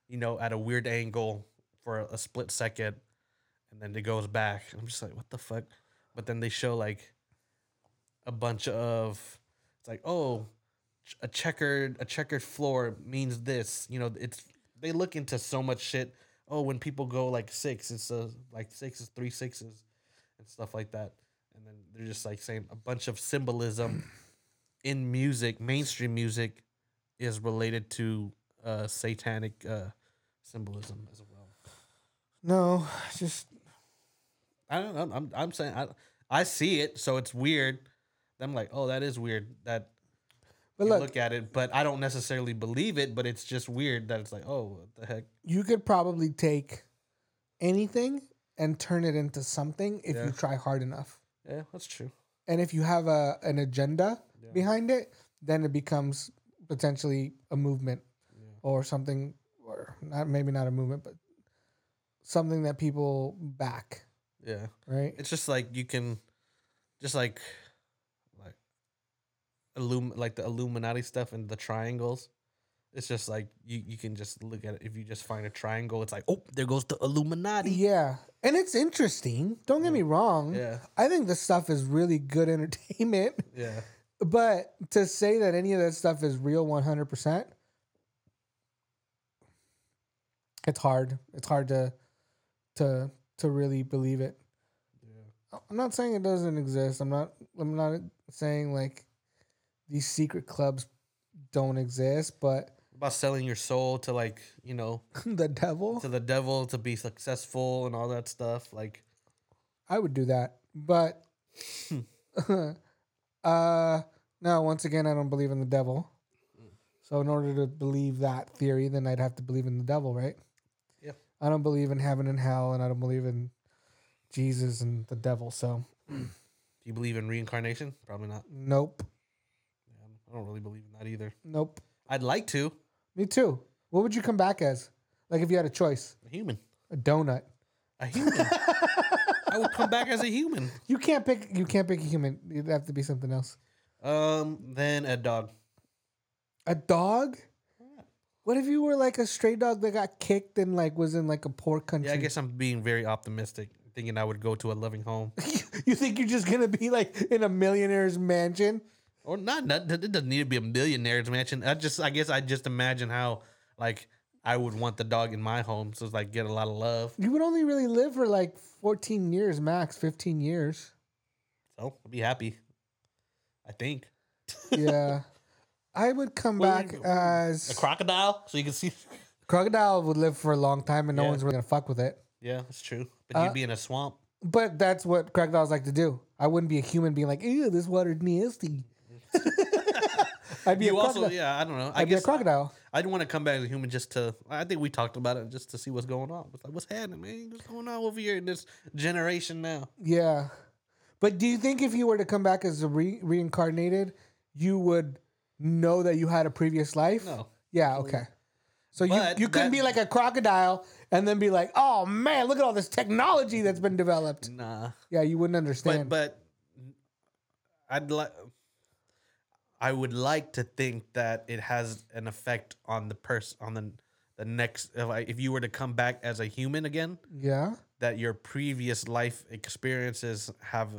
C: you know, at a weird angle for a, split second, and then it goes back. I'm just like, what the fuck? But then they show like a bunch of it's like, oh, ch- a checkered a checkered floor means this. You know, it's they look into so much shit. Oh, when people go like six, it's a, like six is three sixes and stuff like that. And then they're just like saying a bunch of symbolism in music, mainstream music, is related to uh, satanic uh, symbolism as well.
B: No, just
C: I don't know. I'm I'm saying I I see it, so it's weird. I'm like, oh, that is weird. That
B: but
C: you
B: look,
C: look at it, but I don't necessarily believe it. But it's just weird that it's like, oh, what the heck?
B: you could probably take anything and turn it into something if
C: Yeah.
B: you try hard enough.
C: Yeah, that's true.
B: And if you have a an agenda
C: Yeah.
B: behind it, then it becomes potentially a movement
C: Yeah.
B: or something or not maybe not a movement but something that people back,
C: Yeah.
B: right?
C: it's just like you can just like like illum like the illuminati stuff and the triangles it's just like you, you can just look at it if you just find a triangle it's like oh there goes the illuminati
B: Yeah. And it's interesting. Don't get me wrong.
C: yeah
B: I think this stuff is really good entertainment.
C: yeah
B: But to say that any of that stuff is real 100%, it's hard. It's hard to to to really believe it. I'm not saying it doesn't exist. I'm not I'm not saying like these secret clubs don't exist, but
C: about selling your soul to like you know
B: the devil,
C: to the devil to be successful and all that stuff like
B: I would do that. But uh no, once again I don't believe in the devil. So in order to believe that theory, then I'd have to believe in the devil, right?
C: Yeah.
B: I don't believe in heaven and hell and I don't believe in Jesus and the devil. So
C: do you believe in reincarnation probably not
B: nope.
C: yeah, i don't really believe in that either
B: Nope.
C: i'd like to
B: Me too. What would you come back as? Like if you had a choice,
C: a human
B: a donut.
C: a human I would come back as a human.
B: You can't pick. You can't pick a human. It'd have to be something else.
C: Um, then a dog.
B: A dog. What if you were like a stray dog that got kicked and like was in like a poor country?
C: Yeah, I guess I'm being very optimistic, thinking I would go to a loving home.
B: you think you're just gonna be like in a millionaire's mansion?
C: Or not, not it doesn't need to be a millionaire's mansion. I just I guess I just imagine how like I would want the dog in my home, so it's like get a lot of love.
B: You would only really live for like 14 years max, 15 years.
C: So I'd be happy. I think.
B: Yeah. I would come
C: Well,
B: back
C: you- A
B: as
C: crocodile, so you can see
B: crocodile would live for a long time and no
C: Yeah.
B: one's really gonna fuck with it.
C: Yeah, that's true. But
B: Uh,
C: you'd be in a swamp.
B: But that's what crocodiles like to do. I wouldn't be a human being like, ew, this water's nasty. I'd be
C: You
B: a
C: also,
B: crocodile.
C: yeah, I don't know. I
B: I'd be a
C: guess
B: crocodile.
C: I'd want to come back as a human just to. I think we talked about it just to see what's going on. It's like, what's happening, man? What's going on over here in this generation now?
B: Yeah. But do you think if you were to come back as a re- reincarnated, you would know that you had a previous life?
C: No.
B: Yeah, okay. So
C: But
B: you, you couldn't
C: that-
B: be like a crocodile and then be like, oh man, look at all this technology that's been developed.
C: Nah.
B: Yeah, you wouldn't understand.
C: But but I'd like I would like to think that it has an effect on the person on the the next if I, if you were to come back as a human again
B: yeah.
C: that your previous life experiences have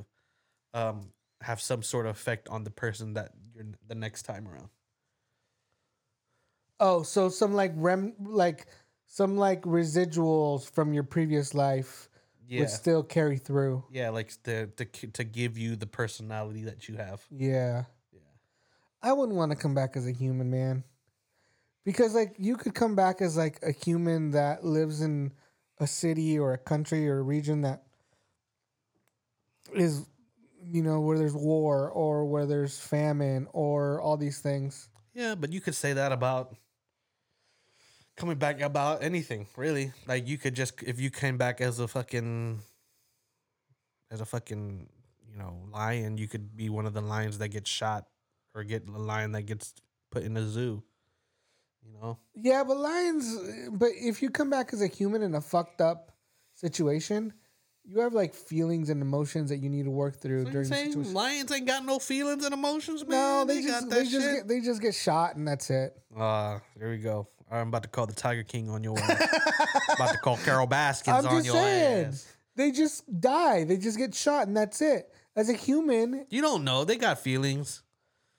C: um have some sort of effect on the person that you're the next time around.
B: Oh, so some like rem like some like residuals from your previous life
C: Yeah.
B: would still carry through.
C: yeah, like to, to ki- to give you the personality that you have.
B: Yeah.
C: Yeah.
B: I wouldn't want to come back as a human, man. Because like you could come back as like a human that lives in a city or a country or a region that is you know where there's war or where there's famine or all these things.
C: Yeah, but you could say that about coming back about anything, really. Like you could just if you came back as a fucking as a fucking, you know, lion, you could be one of the lions that gets shot or get the lion that gets put in a zoo. You know?
B: Yeah, but lions but if you come back as a human in a fucked up situation, you have like feelings and emotions that you need to work through
C: What you
B: during the
C: saying?
B: situation.
C: Lions ain't got no feelings and emotions,
B: No,
C: man.
B: they, just
C: got
B: they
C: that
B: just
C: shit.
B: get they just get shot and that's it.
C: Ah, there we go. I'm about to call the Tiger King on your ass. about to call Carol Baskins
B: I'm
C: on
B: just
C: your
B: saying.
C: ass.
B: They just die. They just get shot, and that's it. As a human,
C: You don't know. They got feelings.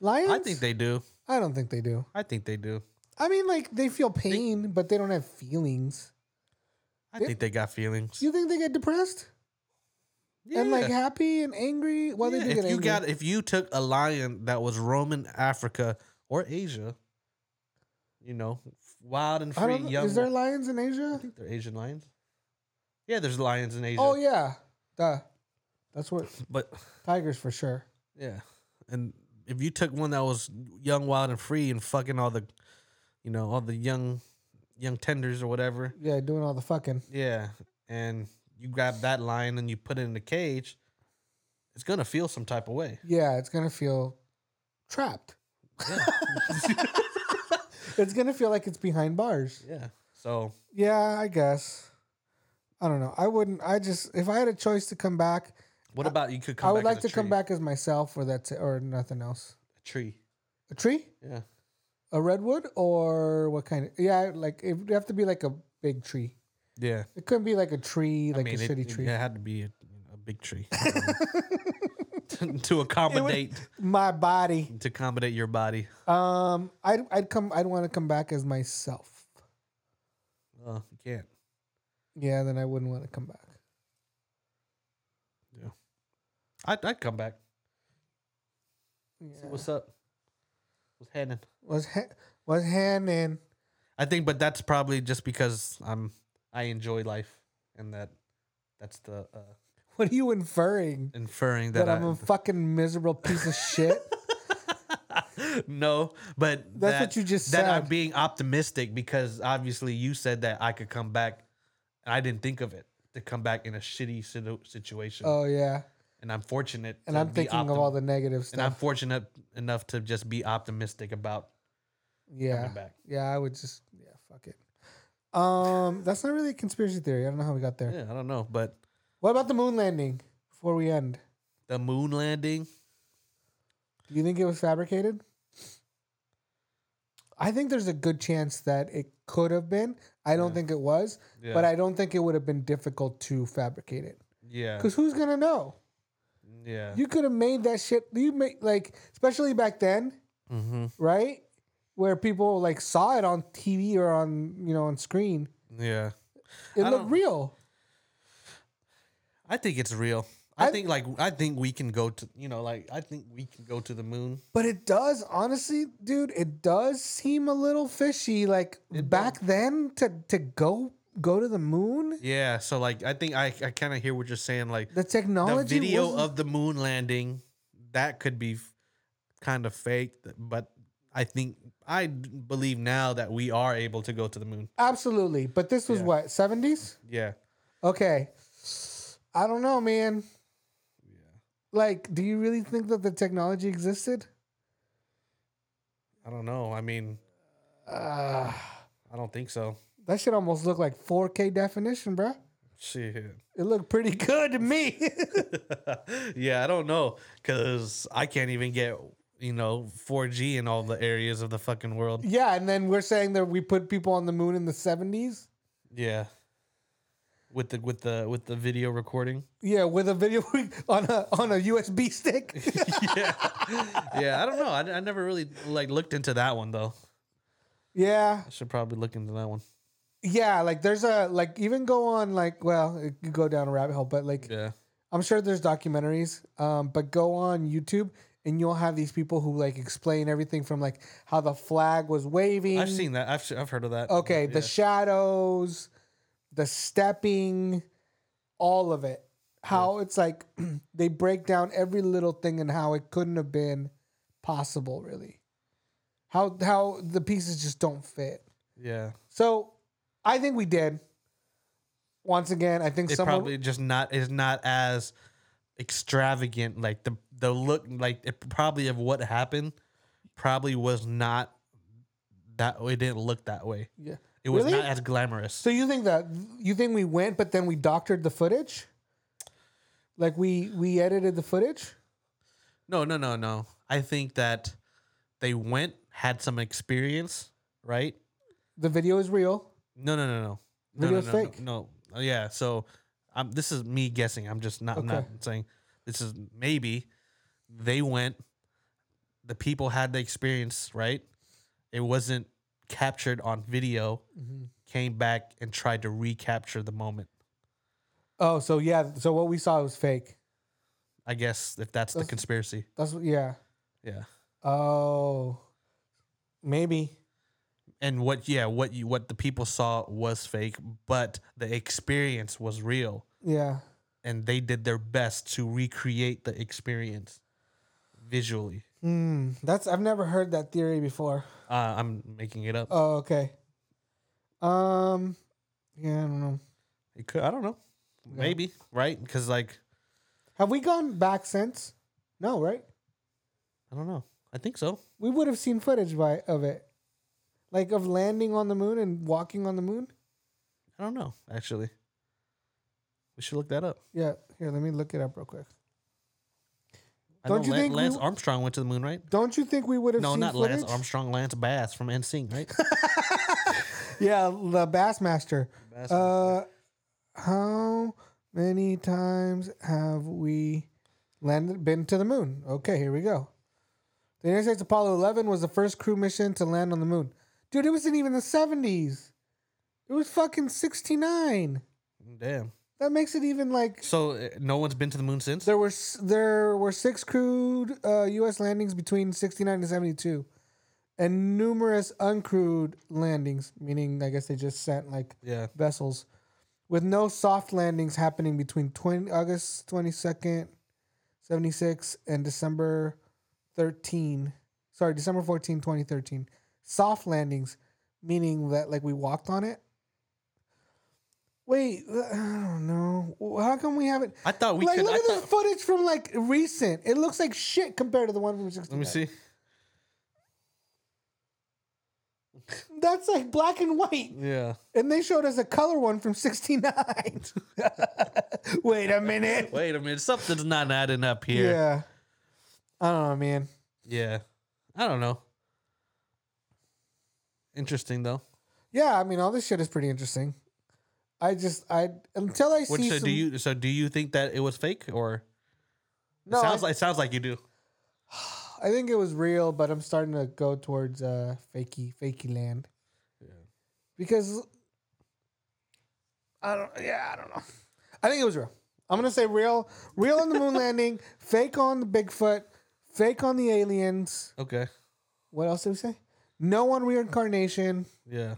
B: lions.
C: I think they do.
B: I don't think they do.
C: I think they do.
B: I mean, like they feel pain, but they don't have feelings.
C: I
B: Yeah.
C: think they got feelings.
B: Do you think they get depressed
C: Yeah.
B: and like happy and angry? Well,
C: Yeah,
B: they do
C: if
B: get
C: you
B: angry.
C: got if you took a lion that was roaming Africa or Asia, you know, wild and
B: I
C: free,
B: don't know.
C: young.
B: Is there lions in Asia?
C: I think they're Asian lions. Yeah, there's lions in Asia.
B: Oh yeah, Duh. that's what
C: but
B: tigers for sure.
C: yeah, and if you took one that was young, wild, and free, and fucking all the, you know, all the young, young tenders or whatever,
B: Yeah, doing all the fucking.
C: Yeah, and you grab that lion and you put it in a cage, it's gonna feel some type of way.
B: Yeah, it's gonna feel trapped.
C: Yeah,
B: It's gonna feel like it's behind bars.
C: yeah. So
B: Yeah, I guess. I don't know. I wouldn't. I just if I had a choice to come back,
C: what about you could come?
B: I would like
C: back as
B: to
C: a
B: come
C: tree?
B: back as myself, or that's it, or nothing else.
C: a tree.
B: A tree,
C: Yeah,
B: a redwood, or what kind of? Yeah, like it would have to be like a big tree.
C: yeah.
B: It couldn't be like a tree, like a
C: it,
B: shitty
C: it-
B: tree.
C: It had to be a, a big tree to accommodate
B: My body.
C: to accommodate your body.
B: Um, I'd I'd come. I'd want to come back as myself.
C: Oh, you can't.
B: Yeah, then I wouldn't want to come back.
C: I'd, I'd come back. See
B: Yeah.
C: what's up? What's happening?
B: Was ha- was hand in.
C: I think, but that's probably just because I'm I enjoy life, and that that's the uh,
B: What are you inferring?
C: inferring that,
B: That I'm
C: I,
B: a fucking miserable piece of shit.
C: no, but
B: That's
C: that-
B: what you just
C: that I'm
B: said.
C: being optimistic because obviously you said that I could come back. And I didn't think of it to come back in a shitty situ- situation,
B: Oh yeah,
C: and I'm fortunate.
B: and
C: to
B: I'm
C: be
B: thinking of
C: optim-
B: all the negative stuff.
C: And I'm fortunate enough to just be optimistic about
B: yeah,
C: coming back.
B: yeah. I would just yeah, fuck it. Um, that's not really a conspiracy theory. I don't know how we got there.
C: Yeah, I don't know, but
B: What about the moon landing? Before we end,
C: The moon landing.
B: do you think it was fabricated? I think there's a good chance that it could have been. I don't
C: Yeah.
B: think it was,
C: Yeah.
B: but I don't think it would have been difficult to fabricate it.
C: yeah.
B: Because who's gonna know?
C: Yeah.
B: You could have made that shit. You make like, especially back then,
C: mm-hmm.
B: right? Where people like saw it on TV or on you know on screen.
C: Yeah.
B: It
C: I
B: looked
C: don't-
B: real.
C: I think it's real. I,
B: I-
C: think like I think we can go to you know like I think we can go to the moon.
B: But it does, honestly, dude. It does seem a little fishy. Like
C: It
B: back then, to to go go to the moon,
C: Yeah. So like I think I I kind of hear what you're saying like
B: the
C: the
B: technology.
C: video
B: wasn't-
C: of the moon landing that could be kind of fake but i think i d- believe now that we are able to go to the moon
B: absolutely. But this was
C: Yeah.
B: what seventies.
C: yeah
B: Okay, I don't know, man.
C: yeah
B: Like, do you really think that the technology existed?
C: i don't know i mean
B: Uh,
C: i don't think so
B: that shit almost looked like 4K definition, bruh.
C: shit
B: It looked pretty good to me.
C: yeah i don't know because i can't even get you know 4g in all the areas of the fucking world
B: yeah, and then we're saying that we put people on the moon in the 70s.
C: yeah with the with the with the video recording
B: Yeah, with a video on a on a USB stick.
C: yeah yeah i don't know I, I never really like looked into that one though
B: yeah.
C: i should probably look into that one
B: Yeah, like there's a like even go on like well, it could go down a rabbit hole, but like
C: yeah
B: I'm sure there's documentaries. Um, but go on YouTube and you'll have these people who like explain everything from like how the flag was waving.
C: I've seen that. I've se- I've heard of that.
B: Okay,
C: Yeah.
B: the shadows, the stepping, all of it. How it's like they break down every little thing and how it couldn't have been possible, really. How how the pieces just don't fit.
C: yeah.
B: So, I think we did. Once again, I think
C: It
B: someone
C: probably just not is not as extravagant. Like the the look, like it probably of what happened, probably was not that. It didn't look that way.
B: Yeah.
C: It was
B: Really?
C: not as glamorous.
B: So you think that you think we went, but then we doctored the footage? Like we we edited the footage?
C: no, no, no, no. I think that they went had some experience, right?
B: The video is real.
C: No, no, no, no. No, no,
B: Video's
C: no,
B: fake.
C: no, no. Uh, Yeah. So, I'm. This is me guessing. I'm just not. I'm
B: Okay.
C: not saying this is maybe they went. The people had the experience, right? It wasn't captured on video.
B: Mm-hmm.
C: Came back and tried to recapture the moment.
B: Oh, so yeah, so what we saw was fake.
C: I guess if that's the
B: That's-
C: conspiracy.
B: That's what- yeah.
C: Yeah.
B: Oh, maybe.
C: And what? Yeah. What you? What the people saw was fake, but the experience was real.
B: Yeah.
C: and they did their best to recreate the experience visually.
B: Hmm. That's I've never heard that theory before.
C: Uh, I'm making it up.
B: Oh, okay. Um. Yeah, I don't know.
C: It could, I don't know. Maybe right because like
B: Have we gone back since? No, right?
C: I don't know. I think so.
B: We would have seen footage by of it, like of landing on the moon and walking on the moon.
C: I don't know actually. We should look that up.
B: Yeah. Here, let me look it up real quick.
C: I
B: Don't
C: know
B: you
C: Lan-
B: think we
C: Lance
B: w-
C: Armstrong went to the moon, right?
B: Don't you think we would have
C: No,
B: seen
C: not
B: footage?
C: Lance Armstrong. Lance Bass from NSYNC, right?
B: Yeah, the Bassmaster. Uh, how many times have we landed been to the moon? Okay, here we go. The United States Apollo 11 was the first crew mission to land on the moon. Dude, it wasn't even the 70s. It was fucking 69.
C: Damn.
B: That makes it even like
C: So uh, no one's been to the moon since.
B: there were s- there were six crewed uh, U.S. landings between 69 and 72, and numerous uncrewed landings, meaning I guess they just sent like
C: yeah.
B: vessels, with no soft landings happening between 20, August 22nd, 76, and December 13. Sorry, December 14, 2013. Soft landings, meaning that like we walked on it. Wait, uh, I don't know. How come we haven't?
C: I thought we
B: like,
C: could.
B: look
C: I
B: at
C: thought,
B: this footage from like recent. It looks like shit compared to the one from 60.
C: let me see.
B: That's like black and white.
C: Yeah.
B: And they showed us a color one from 69. Wait a minute.
C: Wait a minute, something's not adding up here. Yeah.
B: Yeah. I don't know, man.
C: I don't know. Interesting though.
B: Yeah, I mean, all this shit is pretty interesting. I just, I, until I
C: What
B: see.
C: so
B: some,
C: do you so do you think that it was fake or
B: No,
C: it sounds
B: I,
C: like it sounds like you do.
B: I think it was real, but I'm starting to go towards uh, fakey, fakey land.
C: Yeah.
B: Because I don't, yeah, I don't know. I think it was real. I'm gonna say real, real on the moon landing, fake on the Bigfoot, fake on the aliens.
C: Okay.
B: What else did we say? No on reincarnation.
C: Yeah.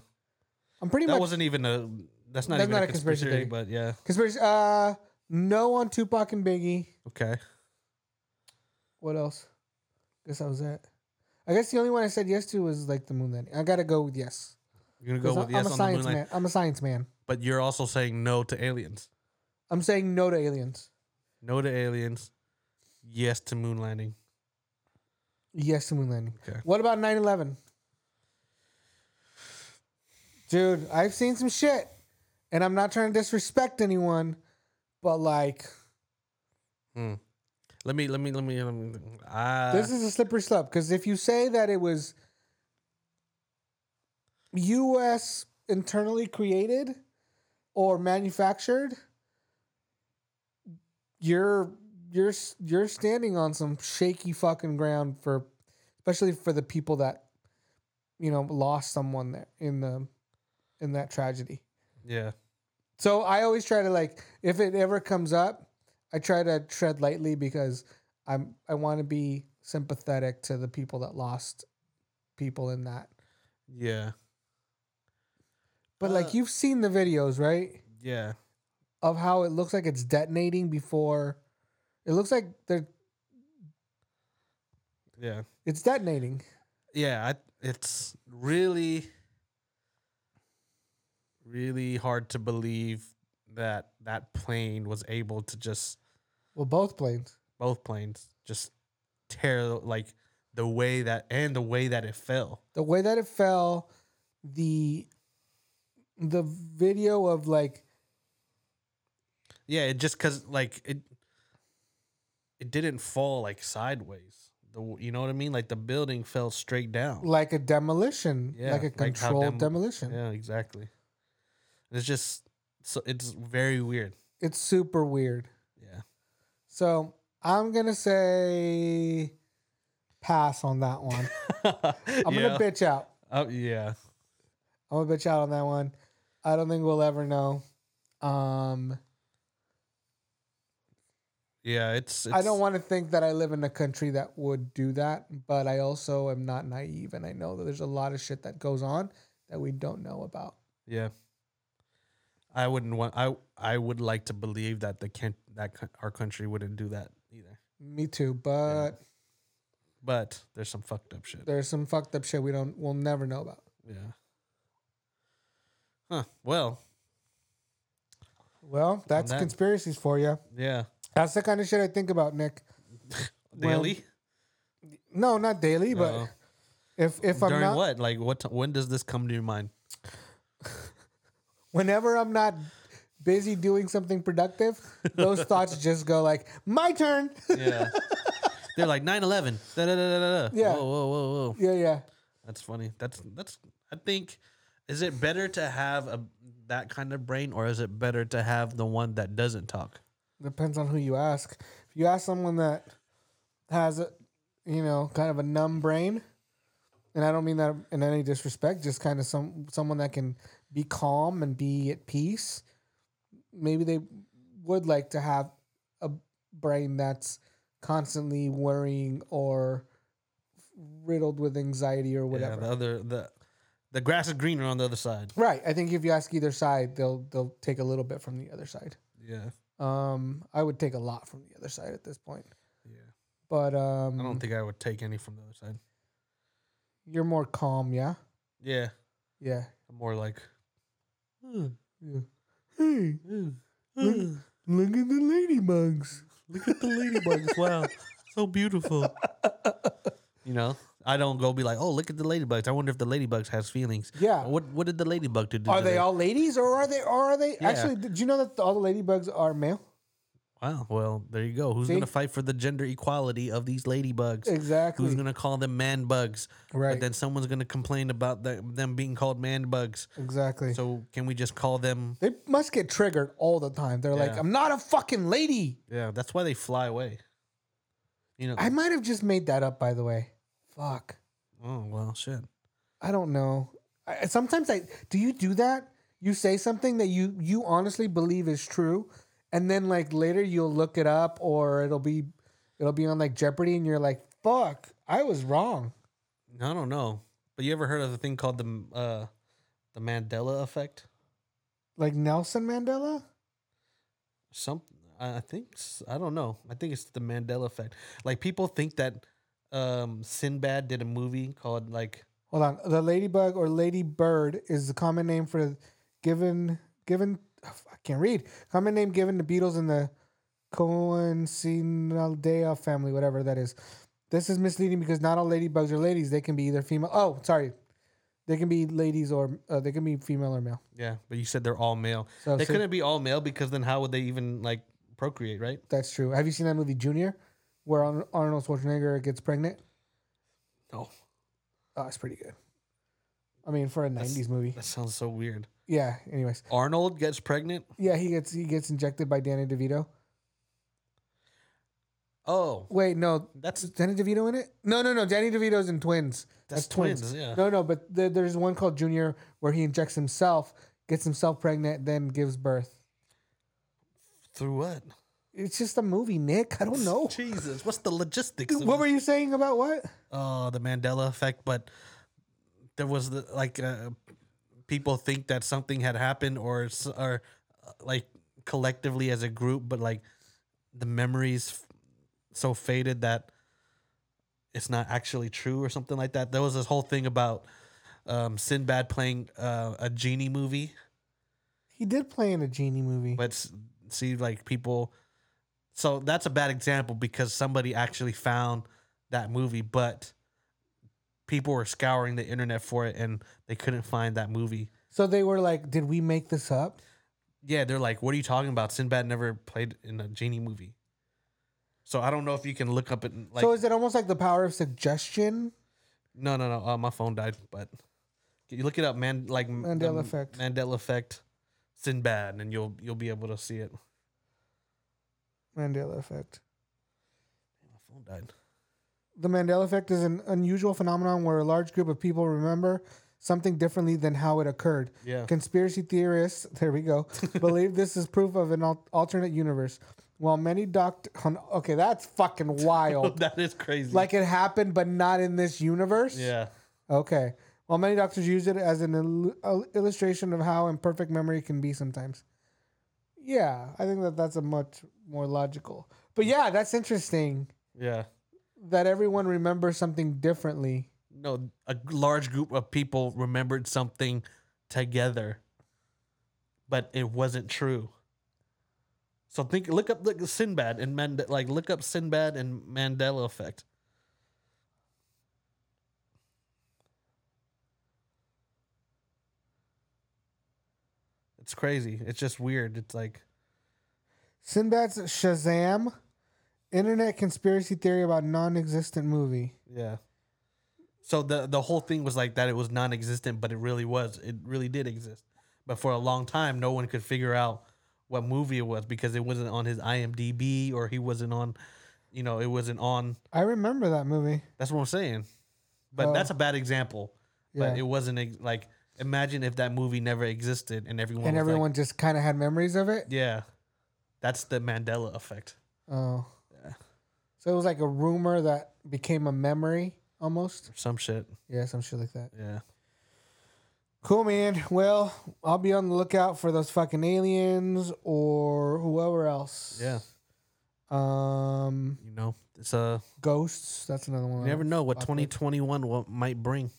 B: I'm pretty
C: That
B: much
C: wasn't even a that's not
B: That's
C: even
B: not
C: a conspiracy, theory, but yeah.
B: conspiracy. Uh, no on Tupac and Biggie.
C: Okay.
B: What else? guess that was it. I guess the only one I said yes to was like the moon landing. I gotta go with yes.
C: You're gonna go
B: 'Cause
C: with
B: I'm
C: yes
B: a
C: on the
B: science
C: moonlight.
B: man. I'm a science man.
C: But you're also saying no to aliens.
B: I'm saying no to aliens.
C: No to aliens. Yes to moon landing.
B: Yes to moon landing.
C: Okay.
B: What about 9/11? Dude, I've seen some shit, and I'm not trying to disrespect anyone, but like
C: Hmm. Let me let me let me let me uh,
B: this is a slippery slope because if you say that it was U.S. internally created or manufactured, you're you're you're standing on some shaky fucking ground for, especially for the people that, you know, lost someone there in the, in that tragedy.
C: yeah.
B: So I always try to like if it ever comes up, I try to tread lightly because I'm I want to be sympathetic to the people that lost people in that.
C: Yeah.
B: But
C: Uh,
B: like you've seen the videos, right?
C: Yeah.
B: Of how it looks like it's detonating before it looks like they're
C: Yeah.
B: it's detonating.
C: yeah, I, it's really, really hard to believe that that plane was able to just
B: Well, both planes.
C: both planes just tear like the way that and the way that it fell.
B: The way that it fell, the the video of like
C: Yeah, it just because like it, it didn't fall like sideways. The w- you know what I mean? Like the building fell straight down.
B: like a demolition,
C: Yeah,
B: like a
C: like how
B: controlled
C: dem-
B: demolition.
C: yeah, exactly. It's just so it's very weird.
B: It's super weird.
C: Yeah.
B: So I'm gonna say pass on that one. I'm
C: yeah.
B: gonna bitch out.
C: Oh, yeah.
B: I'm gonna bitch out on that one. I don't think we'll ever know. Um,
C: Yeah, it's, it's
B: I don't want to think that I live in a country that would do that, but I also am not naive, and I know that there's a lot of shit that goes on that we don't know about.
C: Yeah. I wouldn't want I I would like to believe that the can that co- our country wouldn't do that either.
B: Me too, but
C: But there's some fucked up shit.
B: there's some fucked up shit we don't, we'll never know about.
C: Yeah. Huh. Well,
B: Well, that's
C: that-
B: conspiracies for you.
C: yeah.
B: That's the kind of shit I think about, Nick. Well,
C: Daily?
B: No, not daily, but
C: Uh-oh.
B: if if I'm
C: During
B: not
C: what? Like what t- when does this come to your mind?
B: whenever I'm not busy doing something productive, those thoughts just go like, my turn.
C: Yeah. They're like 9/11. Da, da, da, da, da.
B: Yeah.
C: Whoa, whoa, whoa, whoa.
B: yeah, yeah.
C: That's funny. That's that's I think is it better to have a that kind of brain or is it better to have the one that doesn't talk?
B: Depends on who you ask. If you ask someone that has a, you know, kind of a numb brain, and I don't mean that in any disrespect, just kind of some someone that can be calm and be at peace, maybe they would like to have a brain that's constantly worrying or riddled with anxiety or whatever.
C: Yeah, the other the the grass is greener on the other side.
B: Right. I think if you ask either side, they'll they'll take a little bit from the other side.
C: Yeah,
B: Um, I would take a lot from the other side at this point.
C: yeah.
B: But um,
C: I don't think I would take any from the other side.
B: you're more calm, yeah,
C: Yeah,
B: yeah.
C: I'm more like. "Mm,
B: yeah. Hey,
C: mm, mm,
B: look at the ladybugs.
C: Look at the ladybugs! Wow, so beautiful. You know, I don't go be like, oh, look at the ladybugs. I wonder if the ladybugs has feelings.
B: Yeah.
C: What What did the ladybug do?
B: Are
C: today?
B: they all ladies or are they or are they actually did you know that all the ladybugs are male?
C: Wow. Well, there you go. Who's
B: See?
C: gonna fight for the gender equality of these ladybugs?
B: Exactly.
C: Who's gonna call them man bugs?
B: Right.
C: But then someone's gonna complain about the, them being called man bugs.
B: exactly.
C: So can we just call them?
B: they must get triggered all the time. They're like,
C: Yeah.
B: I'm not a fucking lady.
C: Yeah. That's why they fly away. You know.
B: I might have just made that up, by the way. Fuck.
C: oh well, shit.
B: I don't know. I, sometimes I do you do that? You say something that you you honestly believe is true, and then like later you'll look it up or it'll be it'll be on like Jeopardy, and you're like, "Fuck, I was wrong."
C: I don't know. But you ever heard of the thing called the uh, the Mandela effect?
B: Like Nelson Mandela.
C: Some I I think s- I don't know. I think it's the Mandela effect. Like people think that um, Sinbad did a movie called like
B: Hold on, the ladybug or lady bird is the common name for given given. I can't read. Common name given to beetles in the Coencinaldea family, whatever that is. This is misleading because not all ladybugs are ladies. They can be either female. Oh, sorry, they can be ladies or uh, they can be female or male.
C: yeah, but you said they're all male.
B: So-
C: they
B: so-
C: couldn't be all male because then how would they even like procreate, right?
B: That's true. Have you seen that movie Junior, where Arn- Arnold Schwarzenegger gets pregnant?
C: No.
B: Oh, it's pretty good. I mean, for a '90s movie.
C: That sounds so weird.
B: Yeah. Anyways,
C: Arnold gets pregnant?
B: yeah, he gets he gets injected by Danny DeVito.
C: Oh,
B: Wait, no,
C: that's
B: Is Danny DeVito in it? No, no, no. Danny DeVito's in Twins.
C: That's
B: That's, Twins.
C: Twins, yeah.
B: No, no, but th- there's one called Junior where he injects himself, gets himself pregnant, then gives birth.
C: through what?
B: It's just a movie, Nick. I don't know.
C: Jesus, what's the logistics? Of
B: what were you saying about what?
C: oh, the Mandela effect, but there was the like uh, people think that something had happened or s- or uh, like collectively as a group, but like the memories f- so faded that it's not actually true or something like that. There was this whole thing about um, Sinbad playing uh, a genie movie,
B: He did play in a genie movie.
C: but s- see, like people. So that's a bad example because somebody actually found that movie, but people were scouring the internet for it and they couldn't find that movie.
B: so they were like, "Did we make this up?"
C: Yeah, they're like, "What are you talking about? Sinbad never played in a genie movie." So I don't know if you can look up it. Like,
B: so is it almost like the power of suggestion?
C: no, no, no. Uh, my phone died, but you look it up, man. Like m- the
B: Mandela
C: m-
B: effect.
C: Mandela effect, Sinbad, and you'll you'll be able to see it.
B: Mandela effect.
C: My phone died.
B: The Mandela effect is an unusual phenomenon where a large group of people remember something differently than how it occurred.
C: Yeah.
B: Conspiracy theorists, there we go, believe this is proof of an al- alternate universe. While many doctor, okay, that's fucking wild.
C: that is crazy.
B: like it happened, but not in this universe.
C: yeah,
B: Okay. While many doctors use it as an il- il- illustration of how imperfect memory can be sometimes. Yeah, I think that that's a much more logical. But yeah, that's interesting
C: yeah.
B: that everyone remembers something differently.
C: No, a g- large group of people remembered something together, but it wasn't true. So think, look up like Sinbad and Mand- like look up Sinbad and Mandela effect. It's crazy. It's just weird. It's like
B: Sinbad's Shazam, internet conspiracy theory about non-existent movie.
C: yeah. So the the whole thing was like that. It was non-existent, but it really was. It really did exist. But for a long time, no one could figure out what movie it was because it wasn't on his IMDb or he wasn't on, you know, it wasn't on.
B: I remember that movie.
C: That's what I'm saying. But
B: Oh.
C: that's a bad example.
B: Yeah.
C: But it wasn't ex- like imagine if that movie never existed and everyone
B: and
C: was like-
B: everyone just kind of had memories of it.
C: yeah, that's the Mandela effect.
B: Oh. So it was like a rumor that became a memory almost.
C: Some shit.
B: Yeah, some shit like that.
C: Yeah.
B: Cool, man. Well, I'll be on the lookout for those fucking aliens or whoever else.
C: Yeah.
B: Um,
C: You know, it's a
B: ghosts. That's another one.
C: you never know what
B: Fuck with.
C: 2021 will, might bring.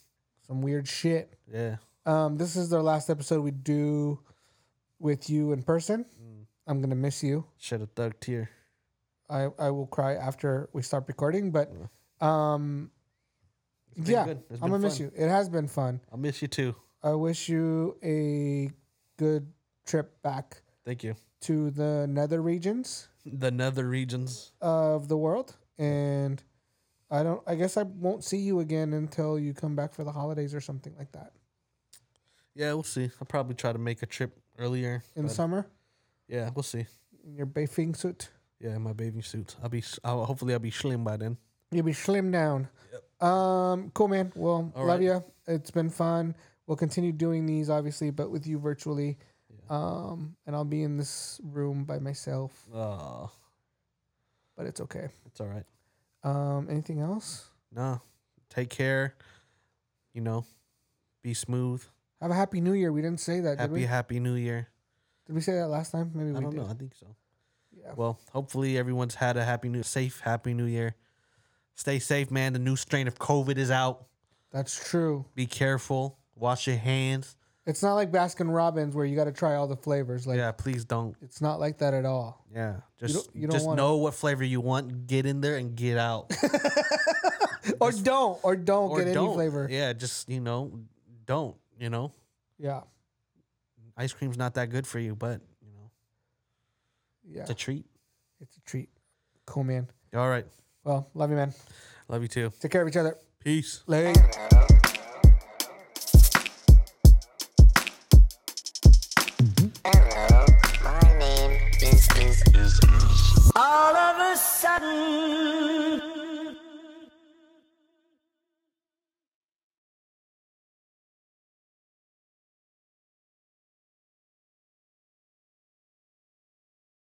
B: Some weird shit.
C: Yeah.
B: Um, this is the last episode we do with you in person.
C: Mm.
B: I'm gonna miss you.
C: Shed a thug tear.
B: I, I will cry after we start recording, but um,
C: It's been
B: yeah,
C: good. It's
B: I'm
C: been
B: gonna miss
C: fun.
B: you. It has been fun.
C: I'll miss you too.
B: I wish you a good trip back
C: Thank you.
B: to the nether regions
C: The nether regions.
B: of the world, and I don't. I guess I won't see you again until you come back for the holidays or something like that
C: Yeah, we'll see. I'll probably try to make a trip earlier.
B: in
C: but
B: summer
C: yeah, we'll see.
B: in your bathing suit.
C: Yeah, in my bathing suit. I'll be. I'll, hopefully, I'll be slim by then.
B: You'll be slim down. Um, cool, man. Well,
C: All
B: love
C: right.
B: ya. you. It's been fun. We'll continue doing these, obviously, but with you virtually.
C: Yeah.
B: Um, and I'll be in this room by myself,
C: Oh,
B: but it's okay.
C: it's all right.
B: Um, anything else?
C: Nah, take care. You know, be smooth.
B: Have a happy New Year. We didn't say that, did
C: Happy,
B: we?
C: happy New Year.
B: Did we say that last time? Maybe we
C: I don't
B: did.
C: know. I think so.
B: Yeah.
C: Well, hopefully everyone's had a happy new, safe, happy New Year. Stay safe, man. The new strain of COVID is out.
B: That's true.
C: Be careful. Wash your hands.
B: It's not like Baskin Robbins where you got to try all the flavors. Like
C: yeah, please don't.
B: it's not like that at all.
C: Yeah, just
B: don't- you don't
C: just
B: wanna-
C: know what flavor you want. Get in there and get out.
B: Or don't. Or don't
C: or
B: get
C: don't.
B: any flavor. Yeah.
C: Yeah, just you know, don't. You know,
B: yeah.
C: ice cream's not that good for you, but you know, it's a treat.
B: It's a treat. Cool, man.
C: All right,
B: Well, love you, man.
C: love you too.
B: Take care of each other.
C: Peace.
B: Later.
A: Hello, my name is is is. All of a sudden,